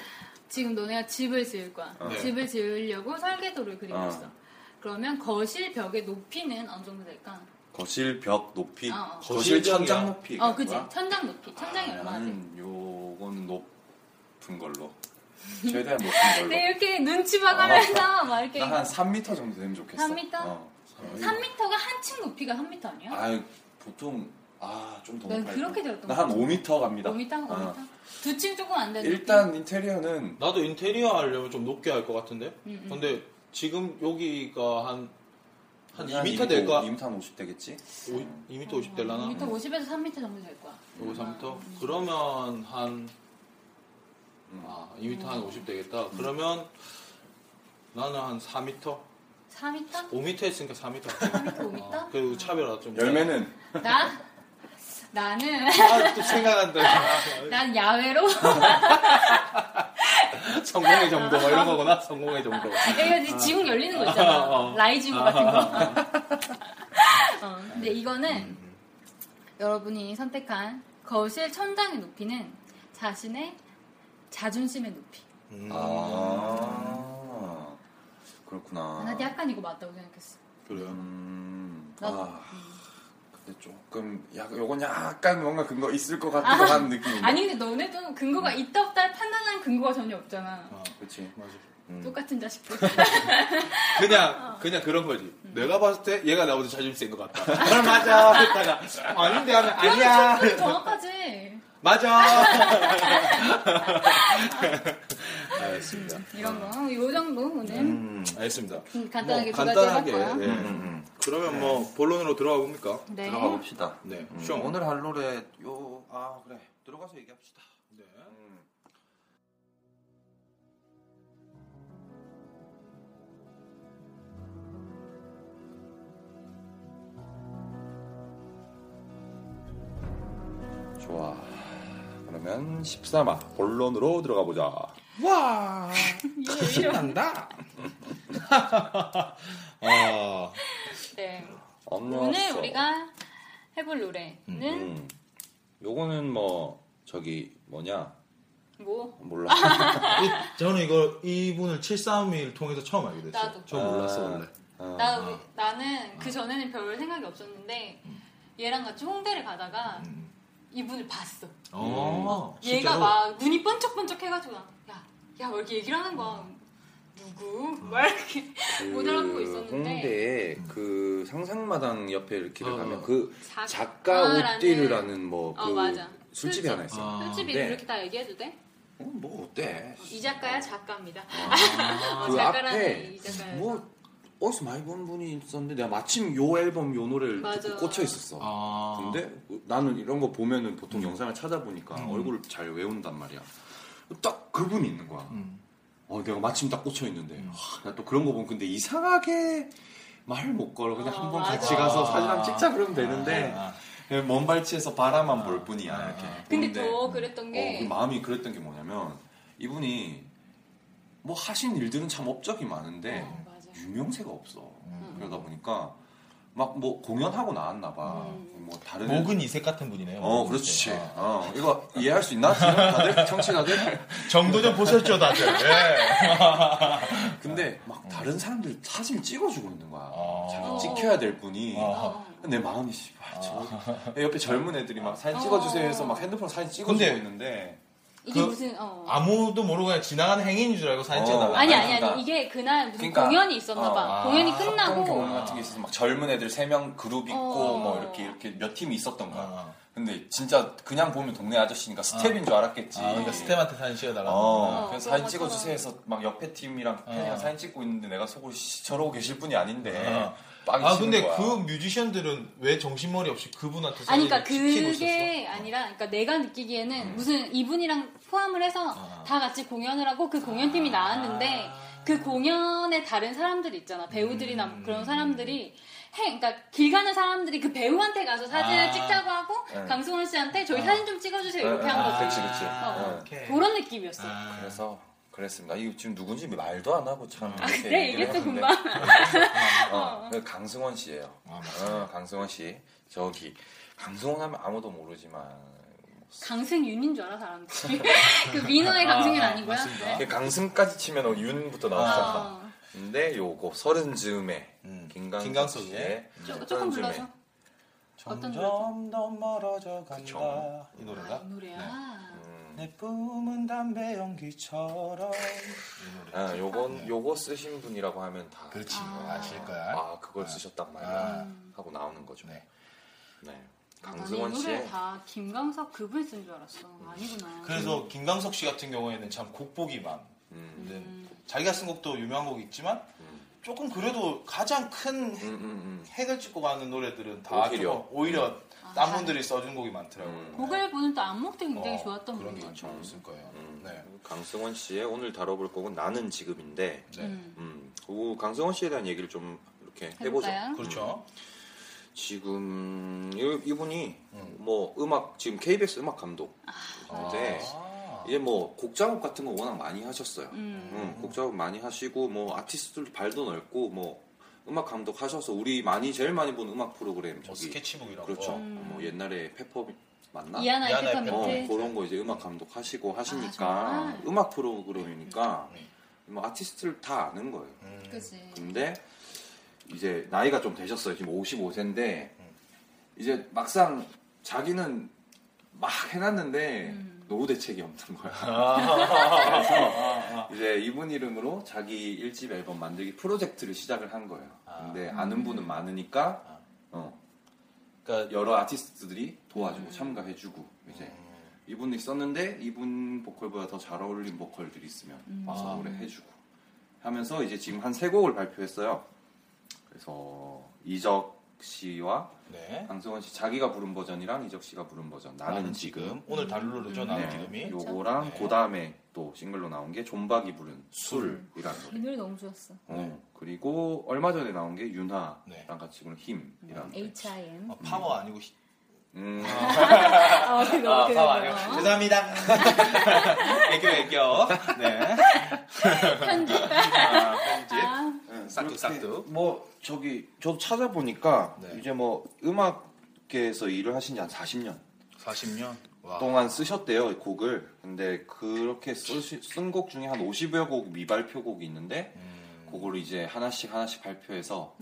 Speaker 5: 지금 너네가 집을 지을 거야.
Speaker 4: 네.
Speaker 5: 집을 지으려고 설계도를 그리고
Speaker 3: 어.
Speaker 5: 있어. 그러면 거실 벽의 높이는 어느 정도 될까?
Speaker 3: 거실 벽 높이,
Speaker 5: 어, 어.
Speaker 3: 거실 천장
Speaker 4: 거실이야.
Speaker 3: 높이. 아, 음.
Speaker 5: 어, 그지?
Speaker 3: 이거야?
Speaker 5: 천장 높이. 천장이
Speaker 7: 음,
Speaker 5: 얼마나 돼?
Speaker 3: 나는 요거는 높은 걸로.
Speaker 7: 최대한 높은
Speaker 5: 네,
Speaker 7: 걸로.
Speaker 5: 이렇게 눈치 봐가면서 막 이렇게.
Speaker 7: 나한 3m 정도 되면 좋겠어.
Speaker 5: 3m?
Speaker 7: 어.
Speaker 5: 3m가 한층 높이가 3m 아니야?
Speaker 7: 아 보통 아좀 더
Speaker 5: 난
Speaker 7: 높아요.
Speaker 5: 네, 그렇게 들었던
Speaker 7: 나한 5m 갑니다.
Speaker 5: 5m, 5m?
Speaker 3: 아.
Speaker 7: 어.
Speaker 5: 두층 조금 안 되는.
Speaker 7: 일단 인테리어는
Speaker 4: 나도 인테리어 하려면 좀 높게 할 것 같은데?
Speaker 5: 음, 음.
Speaker 4: 근데 지금 여기가 한, 한 2m 될까?
Speaker 7: 2m 한 50 되겠지?
Speaker 4: 오- 2m 50 될라나?
Speaker 5: 2m 50에서 3m 정도 될 거야.
Speaker 4: 요거 3m? 그러면 한, 아, 2m 한 50 되겠다. 그러면 나는 한 4m?
Speaker 5: 4m?
Speaker 4: 5m 했으니까 4m. 4m,
Speaker 5: 5m?
Speaker 4: 그리고 차별화 좀.
Speaker 7: 열매는
Speaker 5: 나? 나는,
Speaker 4: 아, 또 생각난다.
Speaker 5: 난 야외로?
Speaker 4: 성공의 정도, 막 이런 거구나. 성공의 정도.
Speaker 5: 여기가 이제 아, 예, 지붕 열리는 거 있잖아.
Speaker 4: 어.
Speaker 5: 라이 지붕 같은 거. 어, 근데 이거는 여러분이 선택한 거실 천장의 높이는 자신의 자존심의 높이.
Speaker 4: 음.
Speaker 7: 아 그렇구나.
Speaker 3: 어.
Speaker 5: 나도 약간 이거 맞다고 생각했어.
Speaker 4: 그래요.
Speaker 7: 음,
Speaker 5: 나도.
Speaker 7: 아, 근데 조금 약 요건 약간 뭔가 근거 있을 것 같기도 한 느낌인데.
Speaker 5: 아니 근데 너네도 근거가 있다 없다 판단하는 근거가 전혀 없잖아.
Speaker 4: 아,
Speaker 7: 그렇지.
Speaker 4: 맞아.
Speaker 5: 똑같은 자식들. 어.
Speaker 4: 그냥 그냥 그런 거지.
Speaker 5: 음.
Speaker 4: 내가 봤을 때 얘가 나보다 자존심 센 것 같다. 그럼 맞아. 했다가 아닌데 하면
Speaker 5: 그렇죠.
Speaker 4: 아니야.
Speaker 5: 그건 정확하지.
Speaker 4: 맞아.
Speaker 5: 이런 거. 요 정도 오늘
Speaker 4: 알겠습니다.
Speaker 5: 음, 간단하게
Speaker 4: 뭐,
Speaker 5: 두 가지
Speaker 4: 간단하게.
Speaker 5: 해봤고요.
Speaker 4: 예. 그러면 뭐 본론으로 들어가 봅니까?
Speaker 5: 네.
Speaker 7: 들어가 봅시다.
Speaker 4: 네.
Speaker 7: 음,
Speaker 4: 좀
Speaker 7: 오늘 할 노래 요 아 그래 들어가서 얘기합시다.
Speaker 4: 네.
Speaker 3: 좋아. 그러면 13화 본론으로 들어가 보자.
Speaker 4: 와. 신난다. 아.
Speaker 5: 네.
Speaker 3: 언어
Speaker 5: 오늘 우리가 해볼 노래는
Speaker 3: 음. 요거는 뭐 저기 뭐냐
Speaker 5: 뭐
Speaker 3: 몰라.
Speaker 4: 이- 저는 이거 이분을 731 통해서 처음 알게 됐어요.
Speaker 5: 나도.
Speaker 4: 저 몰랐어
Speaker 3: 아.
Speaker 4: 원래.
Speaker 3: 어.
Speaker 5: 나, 우리- 나는 그 전에는 별 생각이 없었는데
Speaker 3: 음.
Speaker 5: 얘랑 같이 홍대를 가다가
Speaker 4: 음.
Speaker 5: 이분을 봤어.
Speaker 3: 아,
Speaker 4: 어.
Speaker 5: 얘가
Speaker 4: 진짜로?
Speaker 5: 막 눈이 번쩍번쩍 해가지고 나, 야, 야, 왜 이렇게 얘기를 하는 거야? 누구? 막 이렇게 못 알아보고 있었는데
Speaker 3: 음. 그 홍대 그 상상마당 옆에 이렇게
Speaker 4: 어.
Speaker 3: 가면 그
Speaker 5: 자-
Speaker 3: 작가
Speaker 5: 아,
Speaker 3: 옷딜이라는 뭐 그
Speaker 5: 어, 맞아.
Speaker 3: 술집이
Speaker 5: 술집.
Speaker 3: 하나 있어.
Speaker 4: 아.
Speaker 5: 솔직히
Speaker 3: 네.
Speaker 5: 이렇게 다 얘기해도 돼?
Speaker 3: 어, 뭐 어때?
Speaker 5: 이 작가야 작가입니다. 어,
Speaker 3: 아. 그
Speaker 5: 작가라는
Speaker 3: 앞에
Speaker 5: 이 작가야.
Speaker 3: 뭐 어디서 많이 본 분이 있었는데 내가 마침 요 앨범 요 노래를
Speaker 5: 맞아.
Speaker 3: 듣고 꽂혀 있었어.
Speaker 4: 아.
Speaker 3: 근데 나는 이런 거 보면은 보통 영상을 찾아보니까 얼굴을 잘 외운단 말이야. 딱 그분이 있는 거야.
Speaker 4: 음.
Speaker 3: 어, 내가 마침 딱 꽂혀 있는데 나 또 그런 거 보면 근데 이상하게 말 못 걸어 그냥
Speaker 5: 어,
Speaker 3: 한번
Speaker 5: 맞아.
Speaker 3: 같이 가서 사진 한 찍자 그러면 되는데
Speaker 4: 아,
Speaker 3: 그냥 예, 먼 발치에서 바라만 볼 뿐이야
Speaker 4: 아.
Speaker 3: 이렇게.
Speaker 5: 근데
Speaker 3: 보는데
Speaker 5: 더 그랬던
Speaker 3: 어, 그
Speaker 5: 게
Speaker 3: 마음이 그랬던 게 뭐냐면 이분이 뭐 하신 일들은 참 업적이 많은데
Speaker 5: 어, 맞아.
Speaker 3: 유명세가 없어. 그러다 보니까 막 뭐 공연하고 나왔나 봐.
Speaker 5: 음.
Speaker 3: 뭐 다른
Speaker 4: 목은 이색 같은 분이네요.
Speaker 3: 어, 그렇지.
Speaker 4: 아.
Speaker 3: 어, 이거 이해할 수 있나? 지금 다들 청취자들.
Speaker 4: 정도 좀 보셨죠, 다들. 예.
Speaker 3: 근데 막 다른 사람들 사진 찍어주고 있는 거야.
Speaker 4: 음. 아.
Speaker 5: 어.
Speaker 3: 자기 찍혀야 될 분이.
Speaker 4: 아.
Speaker 3: 내 마음이 씨발 저 옆에 젊은 애들이 막 사진 찍어주세요 해서 막 핸드폰 사진 찍어주고
Speaker 4: 근데
Speaker 3: 있는데
Speaker 5: 이게
Speaker 4: 그-
Speaker 5: 무슨 어.
Speaker 4: 아무도 모르고 그냥 지나가는 행인인 줄 알고 사진
Speaker 3: 어.
Speaker 4: 찍어달라.
Speaker 5: 아니 아니
Speaker 3: 그러니까-
Speaker 5: 아니 이게 그날 무슨
Speaker 3: 그러니까-
Speaker 5: 공연이 있었나
Speaker 3: 어,
Speaker 5: 봐.
Speaker 4: 아,
Speaker 5: 공연이
Speaker 3: 합동
Speaker 5: 끝나고
Speaker 3: 경험 같은 게 있어서 막 젊은 애들 세 명 그룹 있고
Speaker 5: 어.
Speaker 3: 뭐 이렇게 이렇게 몇 팀이 있었던 거야.
Speaker 4: 아.
Speaker 3: 근데 진짜 그냥 보면 동네 아저씨니까 스텝인 줄 알았겠지.
Speaker 4: 아, 그러니까 스텝한테 사진 찍어달라.
Speaker 3: 어,
Speaker 5: 어,
Speaker 3: 그래서
Speaker 5: 그런
Speaker 3: 사진
Speaker 5: 것처럼.
Speaker 3: 찍어주세요 해서 막 옆에 팀이랑 팬이랑
Speaker 4: 어.
Speaker 3: 사진 찍고 있는데 내가 속으로 씨, 저러고 계실 분이 아닌데
Speaker 4: 어.
Speaker 3: 빵이
Speaker 4: 아,
Speaker 3: 치는
Speaker 4: 근데
Speaker 3: 거야.
Speaker 4: 그 뮤지션들은 왜 정신머리 없이 그분한테
Speaker 5: 아니
Speaker 4: 사진을
Speaker 5: 그러니까
Speaker 4: 찍히고 있었어?
Speaker 5: 그게 아니라 그러니까 내가 느끼기에는 무슨 이분이랑 포함을 해서 다 같이 공연을 하고 그 공연팀이 나왔는데 그 공연에 다른 사람들 있잖아 배우들이나 뭐 그런 사람들이 해 그러니까 길 가는 사람들이 그 배우한테 가서 사진을
Speaker 4: 아.
Speaker 5: 찍자고 하고 강승원 씨한테 저희 사진 좀 찍어주세요 이렇게 한
Speaker 3: 아,
Speaker 5: 거지
Speaker 3: 그렇지 그렇지.
Speaker 5: 어.
Speaker 3: 어.
Speaker 4: 오케이.
Speaker 5: 그런 느낌이었어
Speaker 4: 아,
Speaker 3: 그래서 그랬습니다. 이거 지금 누군지 말도 안 하고 참.
Speaker 4: 어.
Speaker 3: 이렇게 얘기를
Speaker 5: 그래? 네, 이게 또
Speaker 3: 했는데.
Speaker 5: 금방
Speaker 3: 어, 그 강승원 씨예요.
Speaker 4: 아,
Speaker 3: 어, 강승원 씨 저기 강승원 하면 아무도 모르지만
Speaker 5: 강승윤인 줄 알아 사람들이 그 민호의 강승윤 아니고요 네.
Speaker 4: 맞습니다.
Speaker 3: 이게 강승까지 치면 어, 윤부터 나오잖아.
Speaker 5: 어.
Speaker 3: 근데 요거 서른 즈음에
Speaker 4: 음.
Speaker 3: 김강석
Speaker 4: 김강석
Speaker 3: 씨의
Speaker 5: 조-
Speaker 3: 서른
Speaker 5: 조금
Speaker 3: 즈음에
Speaker 5: 불러서 어떤 아,
Speaker 4: 점점 더 멀어져 간다
Speaker 8: 그쵸.
Speaker 4: 이 노래가
Speaker 5: 이 노래야. 아,
Speaker 3: 음.
Speaker 4: 내 꿈은 담배 연기처럼 이 노래
Speaker 3: 아, 요건 요거 쓰신 분이라고 하면 다.
Speaker 4: 네. 그렇지
Speaker 5: 아.
Speaker 4: 아. 실 거야
Speaker 3: 아 그걸 쓰셨단 말이야
Speaker 4: 아.
Speaker 3: 하고 나오는 거죠.
Speaker 4: 네.
Speaker 3: 네.
Speaker 5: 나는
Speaker 3: 강승원
Speaker 5: 음, 이 노래
Speaker 3: 씨의
Speaker 5: 다 김광석 그분 쓴 줄 알았어. 아니구나.
Speaker 4: 그래서 김광석 씨 같은 경우에는 참 곡보기만
Speaker 3: 음,
Speaker 4: 근데
Speaker 5: 음.
Speaker 4: 자기가 쓴 곡도 유명한 곡이 있지만
Speaker 3: 음.
Speaker 4: 조금 그래도 가장 큰
Speaker 3: 음, 음,
Speaker 4: 핵을 찍고 가는 노래들은 다
Speaker 3: 오히려.
Speaker 4: 조금 오히려
Speaker 5: 아,
Speaker 4: 딴 분들이 써준 곡이 많더라고요.
Speaker 3: 음.
Speaker 5: 곡을 보는 또 안목도 굉장히
Speaker 4: 어,
Speaker 5: 좋았던
Speaker 4: 그런 게
Speaker 5: 분이 같아요.
Speaker 4: 좀 있을 거예요.
Speaker 3: 음.
Speaker 4: 네.
Speaker 3: 강승원 씨의 오늘 다뤄볼 곡은 나는 지금인데,
Speaker 4: 네.
Speaker 5: 음.
Speaker 3: 음, 그 강승원 씨에 대한 얘기를 좀 이렇게 네. 해보죠.
Speaker 5: 해볼까요?
Speaker 4: 그렇죠.
Speaker 3: 음. 지금 이- 이분이 뭐 음악 지금 KBS 음악 감독 인데
Speaker 4: 아.
Speaker 3: 이제 뭐 곡 작업 같은 거 워낙 많이 하셨어요.
Speaker 5: 음.
Speaker 3: 음, 곡 작업 많이 하시고 뭐 아티스트들 발도 넓고 뭐 음악 감독 하셔서 우리 많이 제일 많이 본 음악 프로그램
Speaker 4: 뭐
Speaker 3: 저기
Speaker 4: 스케치북 이런
Speaker 3: 그렇죠.
Speaker 4: 거.
Speaker 5: 음.
Speaker 3: 뭐 옛날에 페퍼 맞나?
Speaker 5: 이하나의
Speaker 4: 이하나의
Speaker 3: 어,
Speaker 4: 페퍼.
Speaker 5: 페퍼민트.
Speaker 3: 그런 거 이제 음악 감독 하시고 하시니까
Speaker 5: 정말?
Speaker 3: 음악 프로그램이니까
Speaker 4: 음.
Speaker 3: 뭐 아티스트를 다 아는 거예요.
Speaker 4: 음.
Speaker 5: 그지.
Speaker 3: 근데 이제 나이가 좀 되셨어요. 지금 55세인데 이제 막상 자기는 막 해놨는데
Speaker 5: 음.
Speaker 3: 노후 대책이 없는 거야.
Speaker 4: 아,
Speaker 3: 이제 이분 이름으로 자기 일집 앨범 만들기 프로젝트를 시작을 한 거예요.
Speaker 4: 아.
Speaker 3: 근데 아는 분은 많으니까
Speaker 4: 아.
Speaker 3: 어,
Speaker 4: 그러니까
Speaker 3: 여러 아티스트들이
Speaker 4: 음.
Speaker 3: 도와주고 참가해주고 이제
Speaker 4: 어.
Speaker 3: 이분이 썼는데 이분 보컬보다 더 잘 어울린 보컬들이 있으면 와서
Speaker 4: 아.
Speaker 3: 노래 해주고 하면서 이제 지금 한 세 곡을 발표했어요. 그래서 이적 씨와
Speaker 4: 네.
Speaker 3: 강승원 씨 자기가 부른 버전이랑 이적 씨가 부른 버전 나는, 지금 네.
Speaker 4: 오늘 달루르죠 나는 지금이.
Speaker 3: 요거랑
Speaker 4: 네.
Speaker 3: 그다음에 또 싱글로 나온 게 존박이 부른 술이라는
Speaker 4: 네.
Speaker 3: 노래.
Speaker 5: 이 노래 너무 좋았어.
Speaker 3: 어, 그리고 얼마 전에 나온 게 윤하랑
Speaker 4: 네.
Speaker 3: 같이 부른 힘이라는 노래.
Speaker 5: H.I.M.
Speaker 4: 아, 파워 아니고 히-
Speaker 3: 음,
Speaker 5: 아, 그거,
Speaker 4: 아,
Speaker 5: 그거.
Speaker 4: 파워 아니고 죄송합니다. 애교 애교. 네. 아, 편집.
Speaker 5: 아,
Speaker 4: 싹둑, 싹둑.
Speaker 3: 네, 뭐 저기 저도 찾아보니까
Speaker 4: 네.
Speaker 3: 이제 뭐 음악계에서 일을 하신 지 한 40년
Speaker 4: 40년. 와.
Speaker 3: 동안 쓰셨대요 이 곡을. 근데 그렇게 쓴 곡 중에 한 50여 곡 미발표곡이 있는데
Speaker 4: 음.
Speaker 3: 그거를 이제 하나씩 하나씩 발표해서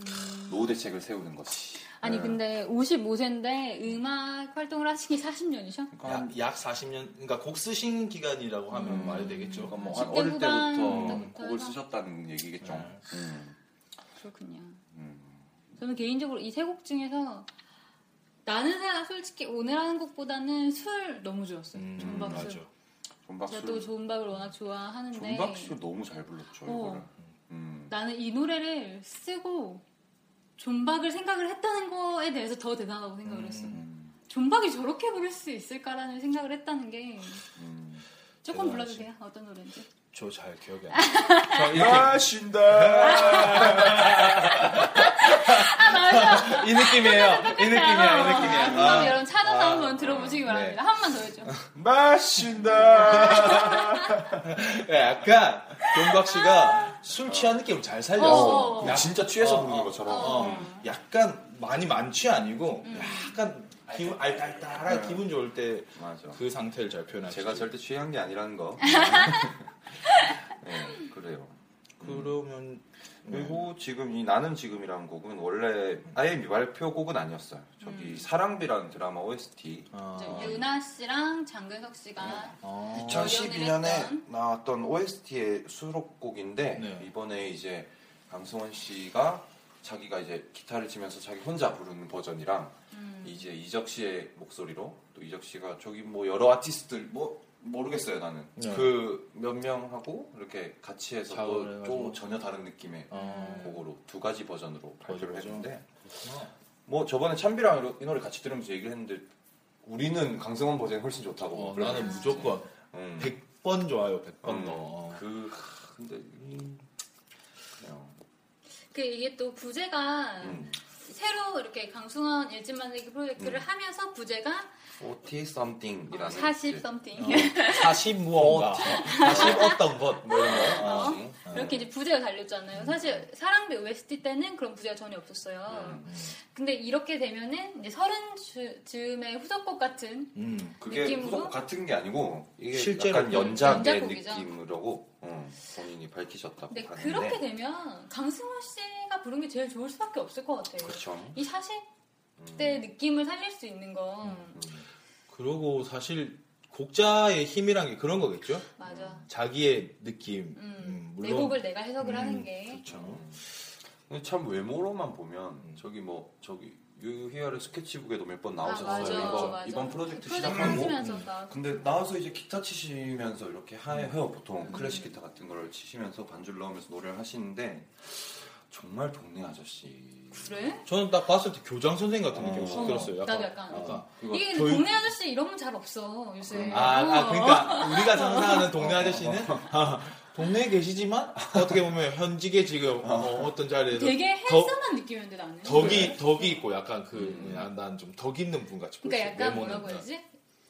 Speaker 3: 노후 대책을 세우는 거지.
Speaker 5: 음. 아니
Speaker 3: 네.
Speaker 5: 근데 55세인데 음악 활동을 하시기 40년이셔?
Speaker 3: 그러니까 한
Speaker 4: 약, 약 40년, 그러니까 곡 쓰신 기간이라고 하면 말이 되겠죠.
Speaker 3: 그러니까 뭐
Speaker 5: 10대
Speaker 3: 한 어릴
Speaker 5: 후반
Speaker 3: 때부터
Speaker 5: 때부터
Speaker 3: 음, 곡을
Speaker 5: 해서.
Speaker 3: 쓰셨다는 얘기겠죠.
Speaker 4: 네.
Speaker 3: 음.
Speaker 5: 그렇군요.
Speaker 3: 음.
Speaker 5: 저는 개인적으로 이 세 곡 중에서 나는 사람 솔직히 오늘 하는 곡보다는 술 너무 좋았어요.
Speaker 4: 음,
Speaker 5: 존박
Speaker 4: 맞아.
Speaker 5: 술. 제가 또
Speaker 3: 존박수
Speaker 5: 존박을 워낙 좋아하는데
Speaker 3: 존박수 너무 잘 불렀죠
Speaker 5: 어.
Speaker 3: 이거를. 음.
Speaker 5: 나는 이 노래를 쓰고 존박을 생각을 했다는 거에 대해서 더 대단하다고 생각을 했어. 요
Speaker 3: 음,
Speaker 5: 존박이 저렇게 부를 수 있을까라는 생각을 했다는 게
Speaker 3: 음.
Speaker 5: 조금
Speaker 4: 대단하지.
Speaker 5: 불러주세요. 어떤 노래인지.
Speaker 4: 저 잘 기억이 안 나요. 아,
Speaker 3: 마신다.
Speaker 4: 이 느낌이에요. 아, 이 느낌이야, 이
Speaker 5: 아,
Speaker 4: 느낌이야.
Speaker 5: 그럼 여러분 찾아서 한번 들어보시기
Speaker 4: 아,
Speaker 5: 바랍니다. 한 번 더 해줘.
Speaker 3: 마신다.
Speaker 4: 예, 약간 종박 씨가 술 취한 느낌을 잘 살렸어.
Speaker 5: 어, 어, 어.
Speaker 4: 약-
Speaker 3: 진짜 취해서
Speaker 4: 어,
Speaker 3: 부르는
Speaker 4: 어,
Speaker 3: 것처럼.
Speaker 4: 어, 약간 많이 만취 아니고 약간 기분 알딸딸한 기분 좋을 때 그
Speaker 3: 맞아.
Speaker 4: 상태를 잘 표현하죠.
Speaker 3: 제가 절대 취한 게 아니라는 거. 네, 그래요.
Speaker 4: 그러면
Speaker 3: 그리고 지금 이 나는 지금이라는 곡은 원래 아예 미발표 곡은 아니었어요. 저기 사랑비라는 드라마 OST.
Speaker 4: 아,
Speaker 5: 유나 씨랑 장근석 씨가
Speaker 4: 어,
Speaker 3: 2012년에
Speaker 5: 했던?
Speaker 3: 나왔던 OST의 수록곡인데
Speaker 4: 네.
Speaker 3: 이번에 이제 강승원 씨가 자기가 이제 기타를 치면서 자기 혼자 부르는 버전이랑 이제 이적 씨의 목소리로 또 이적 씨가 저기 뭐 여러 아티스트들 뭐 모르겠어요 나는
Speaker 4: 네.
Speaker 3: 그 몇 명하고 이렇게 같이 해서
Speaker 4: 작업을
Speaker 3: 또,
Speaker 4: 해가지고.
Speaker 3: 또 전혀 다른 느낌의
Speaker 4: 어,
Speaker 3: 곡으로 두 가지 버전으로 발표를
Speaker 4: 버전.
Speaker 3: 했는데 뭐 저번에 참비랑 이러- 이 노래 같이 들으면서 얘기를 했는데 우리는 강승원 버전이 훨씬 좋다고
Speaker 4: 어,
Speaker 3: 그러-
Speaker 4: 나는 무조건
Speaker 3: 음.
Speaker 4: 100번 좋아요. 100번 어.
Speaker 3: 음.
Speaker 4: 더.
Speaker 3: 그 하, 근데 음, 그냥
Speaker 5: 그 이게 또 부제가
Speaker 3: 음.
Speaker 5: 새로 이렇게 강승원 일진 만들기 프로젝트를 하면서 부제가
Speaker 3: 40 something이라는
Speaker 5: 40 something
Speaker 4: 40 무언가. 40 어떤 것. 뭐 이런 거.
Speaker 5: 어?
Speaker 3: 음.
Speaker 5: 이렇게 이제 부제가 달렸잖아요. 사실 사랑비 OST 때는 그런 부제가 전혀 없었어요. 근데 이렇게 되면은 이제 서른 주- 즈음의 후속곡 같은
Speaker 4: 음.
Speaker 3: 그게
Speaker 5: 느낌으로?
Speaker 3: 무조건 같은 게 아니고 이게
Speaker 4: 실제로
Speaker 3: 약간 연작의
Speaker 5: 연작곡이죠.
Speaker 3: 느낌으로 음, 본인이 밝히셨다고
Speaker 5: 근데
Speaker 3: 하는데
Speaker 5: 그렇게 되면 강승원 씨가 부른 게 제일 좋을 수밖에 없을 것 같아요.
Speaker 3: 그렇죠.
Speaker 5: 이 사실 때 느낌을 살릴 수 있는 건
Speaker 4: 그러고 사실 곡자의 힘이란 게 그런 거겠죠?
Speaker 5: 맞아.
Speaker 4: 자기의 느낌.
Speaker 5: 음,
Speaker 4: 음,
Speaker 5: 내 곡을 내가 해석을
Speaker 4: 음,
Speaker 5: 하는 게
Speaker 4: 그렇죠. 음.
Speaker 3: 근데 참 외모로만 보면 저기 뭐 저기 유희열의 스케치북에도 몇 번 나오셨어요.
Speaker 5: 맞아,
Speaker 3: 이거
Speaker 5: 맞아.
Speaker 3: 이번 프로젝트
Speaker 5: 프로젝트
Speaker 3: 시작하고 음.
Speaker 5: 하시면서 나
Speaker 3: 근데 나와서 이제 기타 치시면서 이렇게 하해요
Speaker 4: 음.
Speaker 3: 보통 클래식 기타 같은 걸 치시면서 반주를 넣으면서 노래를 하시는데 정말 동네 아저씨
Speaker 5: 그래?
Speaker 4: 저는 딱 봤을 때 교장 선생님 같은 느낌이
Speaker 5: 어,
Speaker 4: 확 들었어요. 약간.
Speaker 5: 나도 약간.
Speaker 4: 약간.
Speaker 3: 그거
Speaker 5: 이게
Speaker 4: 저희-
Speaker 5: 동네 아저씨 이런 분 잘 없어 요새.
Speaker 4: 아, 아,
Speaker 5: 어.
Speaker 4: 그러니까 우리가 상상하는 동네 아저씨는
Speaker 3: 어,
Speaker 4: 동네에 계시지만 어떻게 보면 현직에 지금 어, 떤 자리에서
Speaker 5: 되게
Speaker 4: 더-
Speaker 5: 핸섬한 느낌이었는데 나는.
Speaker 3: 네.
Speaker 4: 덕이 덕이 있고 약간 그,
Speaker 3: 음.
Speaker 4: 네, 그난좀 덕 있는 분 같이
Speaker 5: 그러니까
Speaker 4: 보였어요.
Speaker 5: 약간
Speaker 4: 외모는.
Speaker 5: 뭐라고 해야지?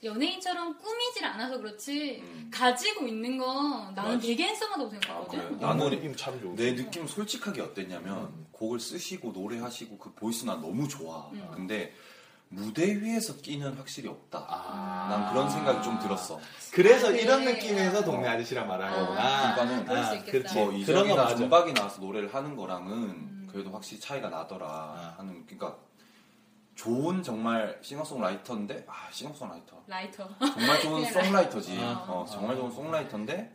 Speaker 5: 연예인처럼 꾸미질 않아서 그렇지
Speaker 3: 음.
Speaker 5: 가지고 있는 건 나는
Speaker 3: 맞아.
Speaker 5: 되게 핸섬하다고
Speaker 3: 아,
Speaker 5: 생각하거든.
Speaker 3: 그래요?
Speaker 4: 나는 임참 좋은.
Speaker 3: 내 느낌 솔직하게 어땠냐면
Speaker 4: 음.
Speaker 3: 곡을 쓰시고 노래하시고 그 보이스 난 너무 좋아
Speaker 5: 음.
Speaker 3: 근데 무대 위에서 끼는 확실히 없다
Speaker 4: 아.
Speaker 3: 난 그런 생각이 좀 들었어
Speaker 4: 그래서
Speaker 5: 그래.
Speaker 4: 이런 느낌에서 동네 아저씨라 말하는
Speaker 5: 네. 아,
Speaker 4: 거구나.
Speaker 3: 그러니까는
Speaker 5: 그럴 수
Speaker 4: 아,
Speaker 5: 있겠다.
Speaker 4: 그렇지.
Speaker 3: 뭐
Speaker 4: 그런 거
Speaker 3: 이정이나
Speaker 4: 맞아. 음.
Speaker 3: 존박이 나와서 노래를 하는 거랑은 그래도 확실히 차이가 나더라
Speaker 4: 아.
Speaker 3: 하는 그러니까 좋은 정말 싱어송라이터인데 아 싱어송라이터
Speaker 5: 라이터.
Speaker 3: 정말 좋은
Speaker 5: 그냥
Speaker 3: 송라이터지
Speaker 4: 아.
Speaker 3: 어, 정말 좋은 송라이터인데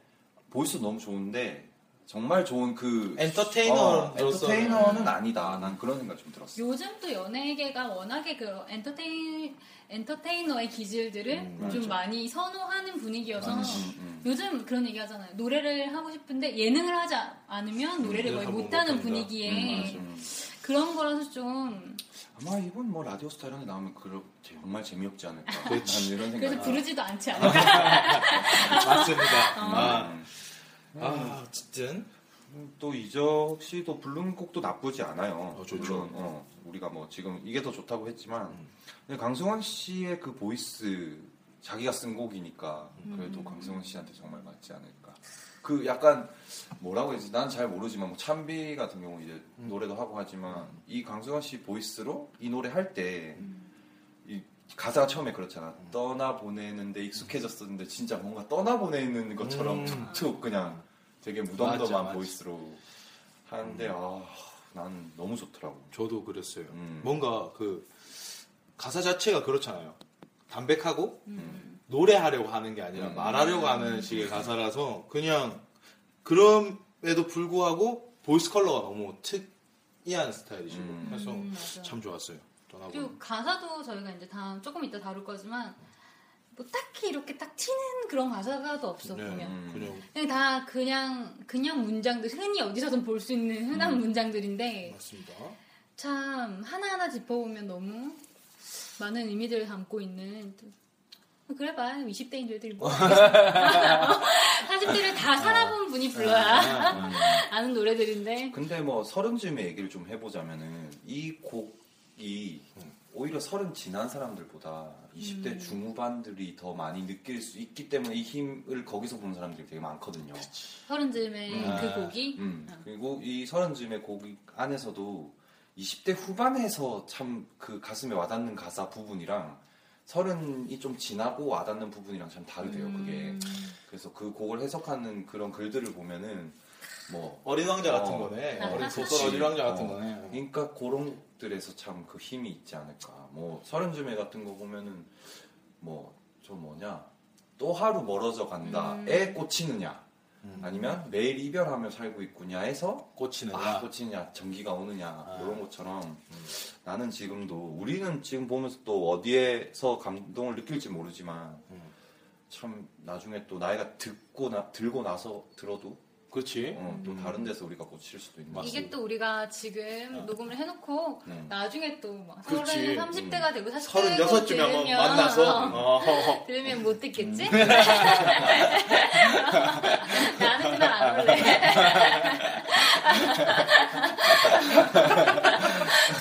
Speaker 3: 보이스 도 너무 좋은데 정말 좋은 그
Speaker 4: 엔터테이너로서.
Speaker 3: 어, 엔터테이너는 아니다 난 그런 생각 좀 들었어
Speaker 5: 요즘 또 연예계가 워낙에 그 엔터테인 엔터테이너의 기질들을 좀 많이 선호하는 분위기여서
Speaker 3: 많이, 음, 음.
Speaker 5: 요즘 그런 얘기 하잖아요. 노래를 하고 싶은데 예능을 하지 않으면 노래를 거의
Speaker 4: 예능을 하고
Speaker 5: 못하는
Speaker 4: 못한다.
Speaker 5: 분위기에
Speaker 3: 음.
Speaker 5: 그런 거라서 좀
Speaker 3: 아마 이번 뭐 라디오 스타 이런 데 나오면 그러, 정말 재미없지 않을까 아. 난
Speaker 4: 그렇지.
Speaker 3: 이런 생각이
Speaker 5: 그래서
Speaker 3: 들어.
Speaker 5: 부르지도 않지 않을까.
Speaker 4: 맞습니다.
Speaker 5: 어.
Speaker 4: 아,
Speaker 3: 음.
Speaker 4: 아, 어쨌든
Speaker 3: 음, 또 이적 씨도 부른 곡도 나쁘지 않아요.
Speaker 4: 어, 좋죠. 음.
Speaker 3: 물론, 어, 우리가 뭐 지금 이게 더 좋다고 했지만 근데 강승원 씨의 그 보이스 자기가 쓴 곡이니까
Speaker 4: 음.
Speaker 3: 그래도 강승원 씨한테 정말 맞지 않을까. 그 약간 뭐라고 해야지 난 잘 모르지만 뭐 찬비 같은 경우 이제
Speaker 4: 음.
Speaker 3: 노래도 하고 하지만 이 강승원 씨 보이스로 이 노래 할 때
Speaker 4: 음.
Speaker 3: 가사가 처음에 그렇잖아 떠나 보내는데 익숙해졌었는데 진짜 뭔가 떠나 보내는 것처럼
Speaker 4: 음.
Speaker 3: 툭툭 그냥 되게 무덤덤한
Speaker 4: 맞아, 맞아.
Speaker 3: 보이스로 하는데 아 난 너무 좋더라고.
Speaker 4: 저도 그랬어요.
Speaker 3: 음.
Speaker 4: 뭔가 그 가사 자체가 그렇잖아요. 담백하고
Speaker 5: 음.
Speaker 4: 노래하려고 하는 게 아니라
Speaker 3: 음.
Speaker 4: 말하려고 하는 식의 가사라서 그냥 그럼에도 불구하고 보이스 컬러가 너무 특이한 스타일이시고
Speaker 3: 음.
Speaker 4: 그래서
Speaker 5: 음, 맞아.
Speaker 4: 그렇죠. 참 좋았어요. 떠나고
Speaker 5: 그리고 가사도 저희가 이제 다음 조금 이따 다룰 거지만 뭐 딱히 이렇게 딱 튀는 그런 가사가도 없어
Speaker 4: 네,
Speaker 5: 보면.
Speaker 3: 음.
Speaker 4: 그냥
Speaker 5: 그냥 다 그냥 그냥 문장들 흔히 어디서든 볼 수 있는 흔한 문장들인데
Speaker 4: 맞습니다.
Speaker 5: 참 하나하나 짚어보면 너무 많은 의미들을 담고 있는 또- 그래봐 20대인 들들 뭐 40대를 다 살아본 분이 불러야
Speaker 4: 아,
Speaker 5: 아는 노래들인데
Speaker 3: 근데 뭐 서른 쯤에 얘기를 좀 해보자면은 이 곡이 오히려 서른 지난 사람들보다 20대 중후반들이 더 많이 느낄 수 있기 때문에 이 힘을 거기서 보는 사람들이 되게 많거든요.
Speaker 5: 서른 즈음에
Speaker 4: 음.
Speaker 5: 그 곡이
Speaker 3: 음. 그리고 이 서른 쯤의 곡 안에서도 20대 후반에서 참 그 가슴에 와닿는 가사 부분이랑 서른이 좀 지나고 와닿는 부분이랑 참 다르대요.
Speaker 5: 음.
Speaker 3: 그게 그래서 그 곡을 해석하는 그런 글들을 보면은 뭐
Speaker 4: 어린 왕자 같은
Speaker 3: 어.
Speaker 4: 거네.
Speaker 5: 아,
Speaker 4: 어린
Speaker 5: 그치.
Speaker 4: 소설 어린 음. 왕자 같은
Speaker 3: 어.
Speaker 4: 거네.
Speaker 3: 그러니까 그런 것들에서 참 그 힘이 있지 않을까. 뭐 서른쯤에 같은 거 보면은 뭐 저 뭐냐 또 하루 멀어져 간다에 꽂히느냐
Speaker 4: 음.
Speaker 3: 아니면 매일 이별하며 살고 있구냐에서
Speaker 4: 꽂히는
Speaker 3: 아
Speaker 4: 야.
Speaker 3: 꽂히느냐 전기가 오느냐
Speaker 4: 아.
Speaker 3: 이런 것처럼 나는 지금도 우리는 지금 보면서 또 어디에서 감동을 느낄지 모르지만
Speaker 4: 음.
Speaker 3: 참 나중에 또 나이가 듣고 나 들고 나서 들어도
Speaker 4: 그렇지.
Speaker 3: 어, 또 다른 데서 우리가 꽂힐 수도 있는
Speaker 5: 음. 이게 또 우리가 지금 녹음을 해놓고
Speaker 3: 네.
Speaker 5: 나중에 또 막 서른
Speaker 4: 어. 그렇지.
Speaker 5: 30대가 되고 40대가
Speaker 4: 36쯤에 한번 만나서 어.
Speaker 5: 들으면 못 듣겠지?
Speaker 3: 음.
Speaker 5: 나는 그날 안 올래.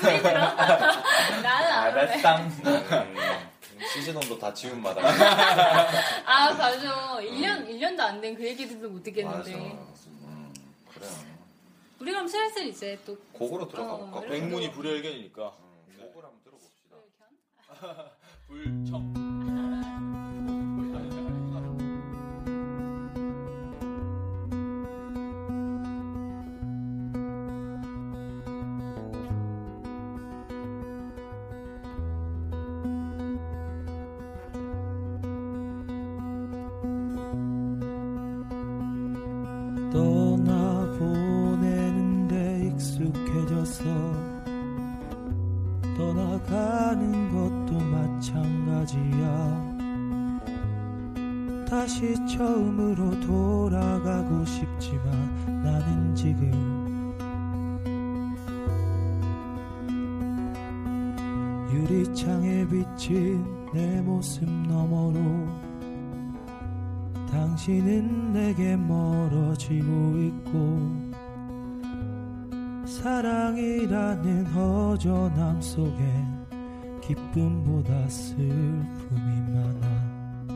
Speaker 5: 둘이 들어. 나는 안 올래.
Speaker 3: 알았당. 음. 시즌홈도 다 지운 마당.
Speaker 5: 아, 맞아. 1년, 1년도 안 된 그 얘기들도 못
Speaker 3: 맞아.
Speaker 5: 듣겠는데.
Speaker 3: 음, 그래요.
Speaker 5: 우리 그럼 슬슬 이제 또.
Speaker 3: 곡으로 들어가 볼까?
Speaker 5: 어,
Speaker 3: 곡
Speaker 5: 그래요?
Speaker 4: 백문이 불여일견이니까.
Speaker 3: 곡을 한번 들어봅시다.
Speaker 4: 불청.
Speaker 3: 아
Speaker 2: 다시 처음으로 돌아가고 싶지만 나는 지금 유리창에 비친 내 모습 너머로 당신은 내게 멀어지고 있고 사랑이라는 허전함 속에 기쁨보다 슬픔이 많아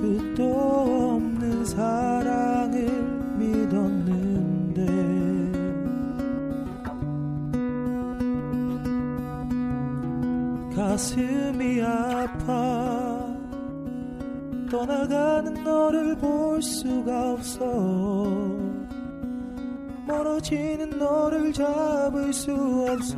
Speaker 2: 끝도 없는 사랑을 믿었는데 가슴이 아파 떠나가는 너를 볼 수가 없어 멀어지는 너를 잡을 수 없어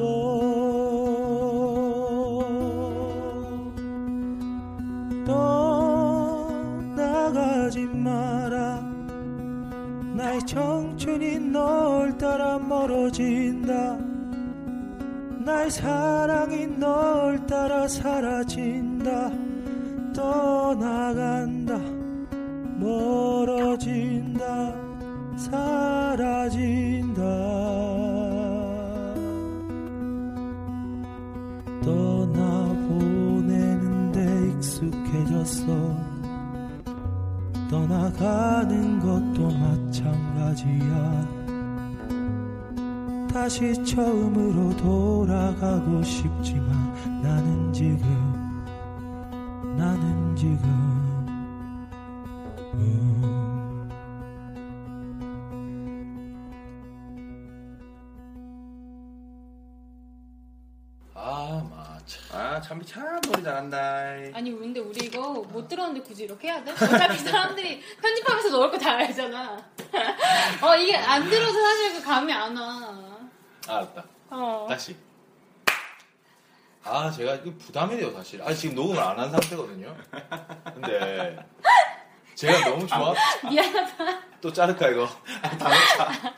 Speaker 2: 떠나가지 마라 나의 청춘이 널 따라 멀어진다 나의 사랑이 널 따라 사라진다 떠나간다 멀어진다 사라진다 떠나보내는데 익숙해졌어 떠나가는 것도 마찬가지야 다시 처음으로 돌아가고 싶지만 나는 지금 나는 지금 음.
Speaker 3: 아, 마차. 아, 참비 참 노래 잘한다.
Speaker 5: 아니 근데 우리 이거 못 들었는데 굳이 이렇게 해야 돼? 어차피 사람들이 편집하면서 넣을 거 다 알잖아. 어 이게 안 들어서 사실 그 감이 안 와.
Speaker 4: 아, 알았다.
Speaker 5: 어.
Speaker 4: 다시. 아, 제가 이거 부담이네요, 사실. 아, 지금 녹음을 안 한 상태거든요. 근데 제가 너무 좋아.
Speaker 5: 미안하다.
Speaker 4: 또 자를까 이거? 단어차.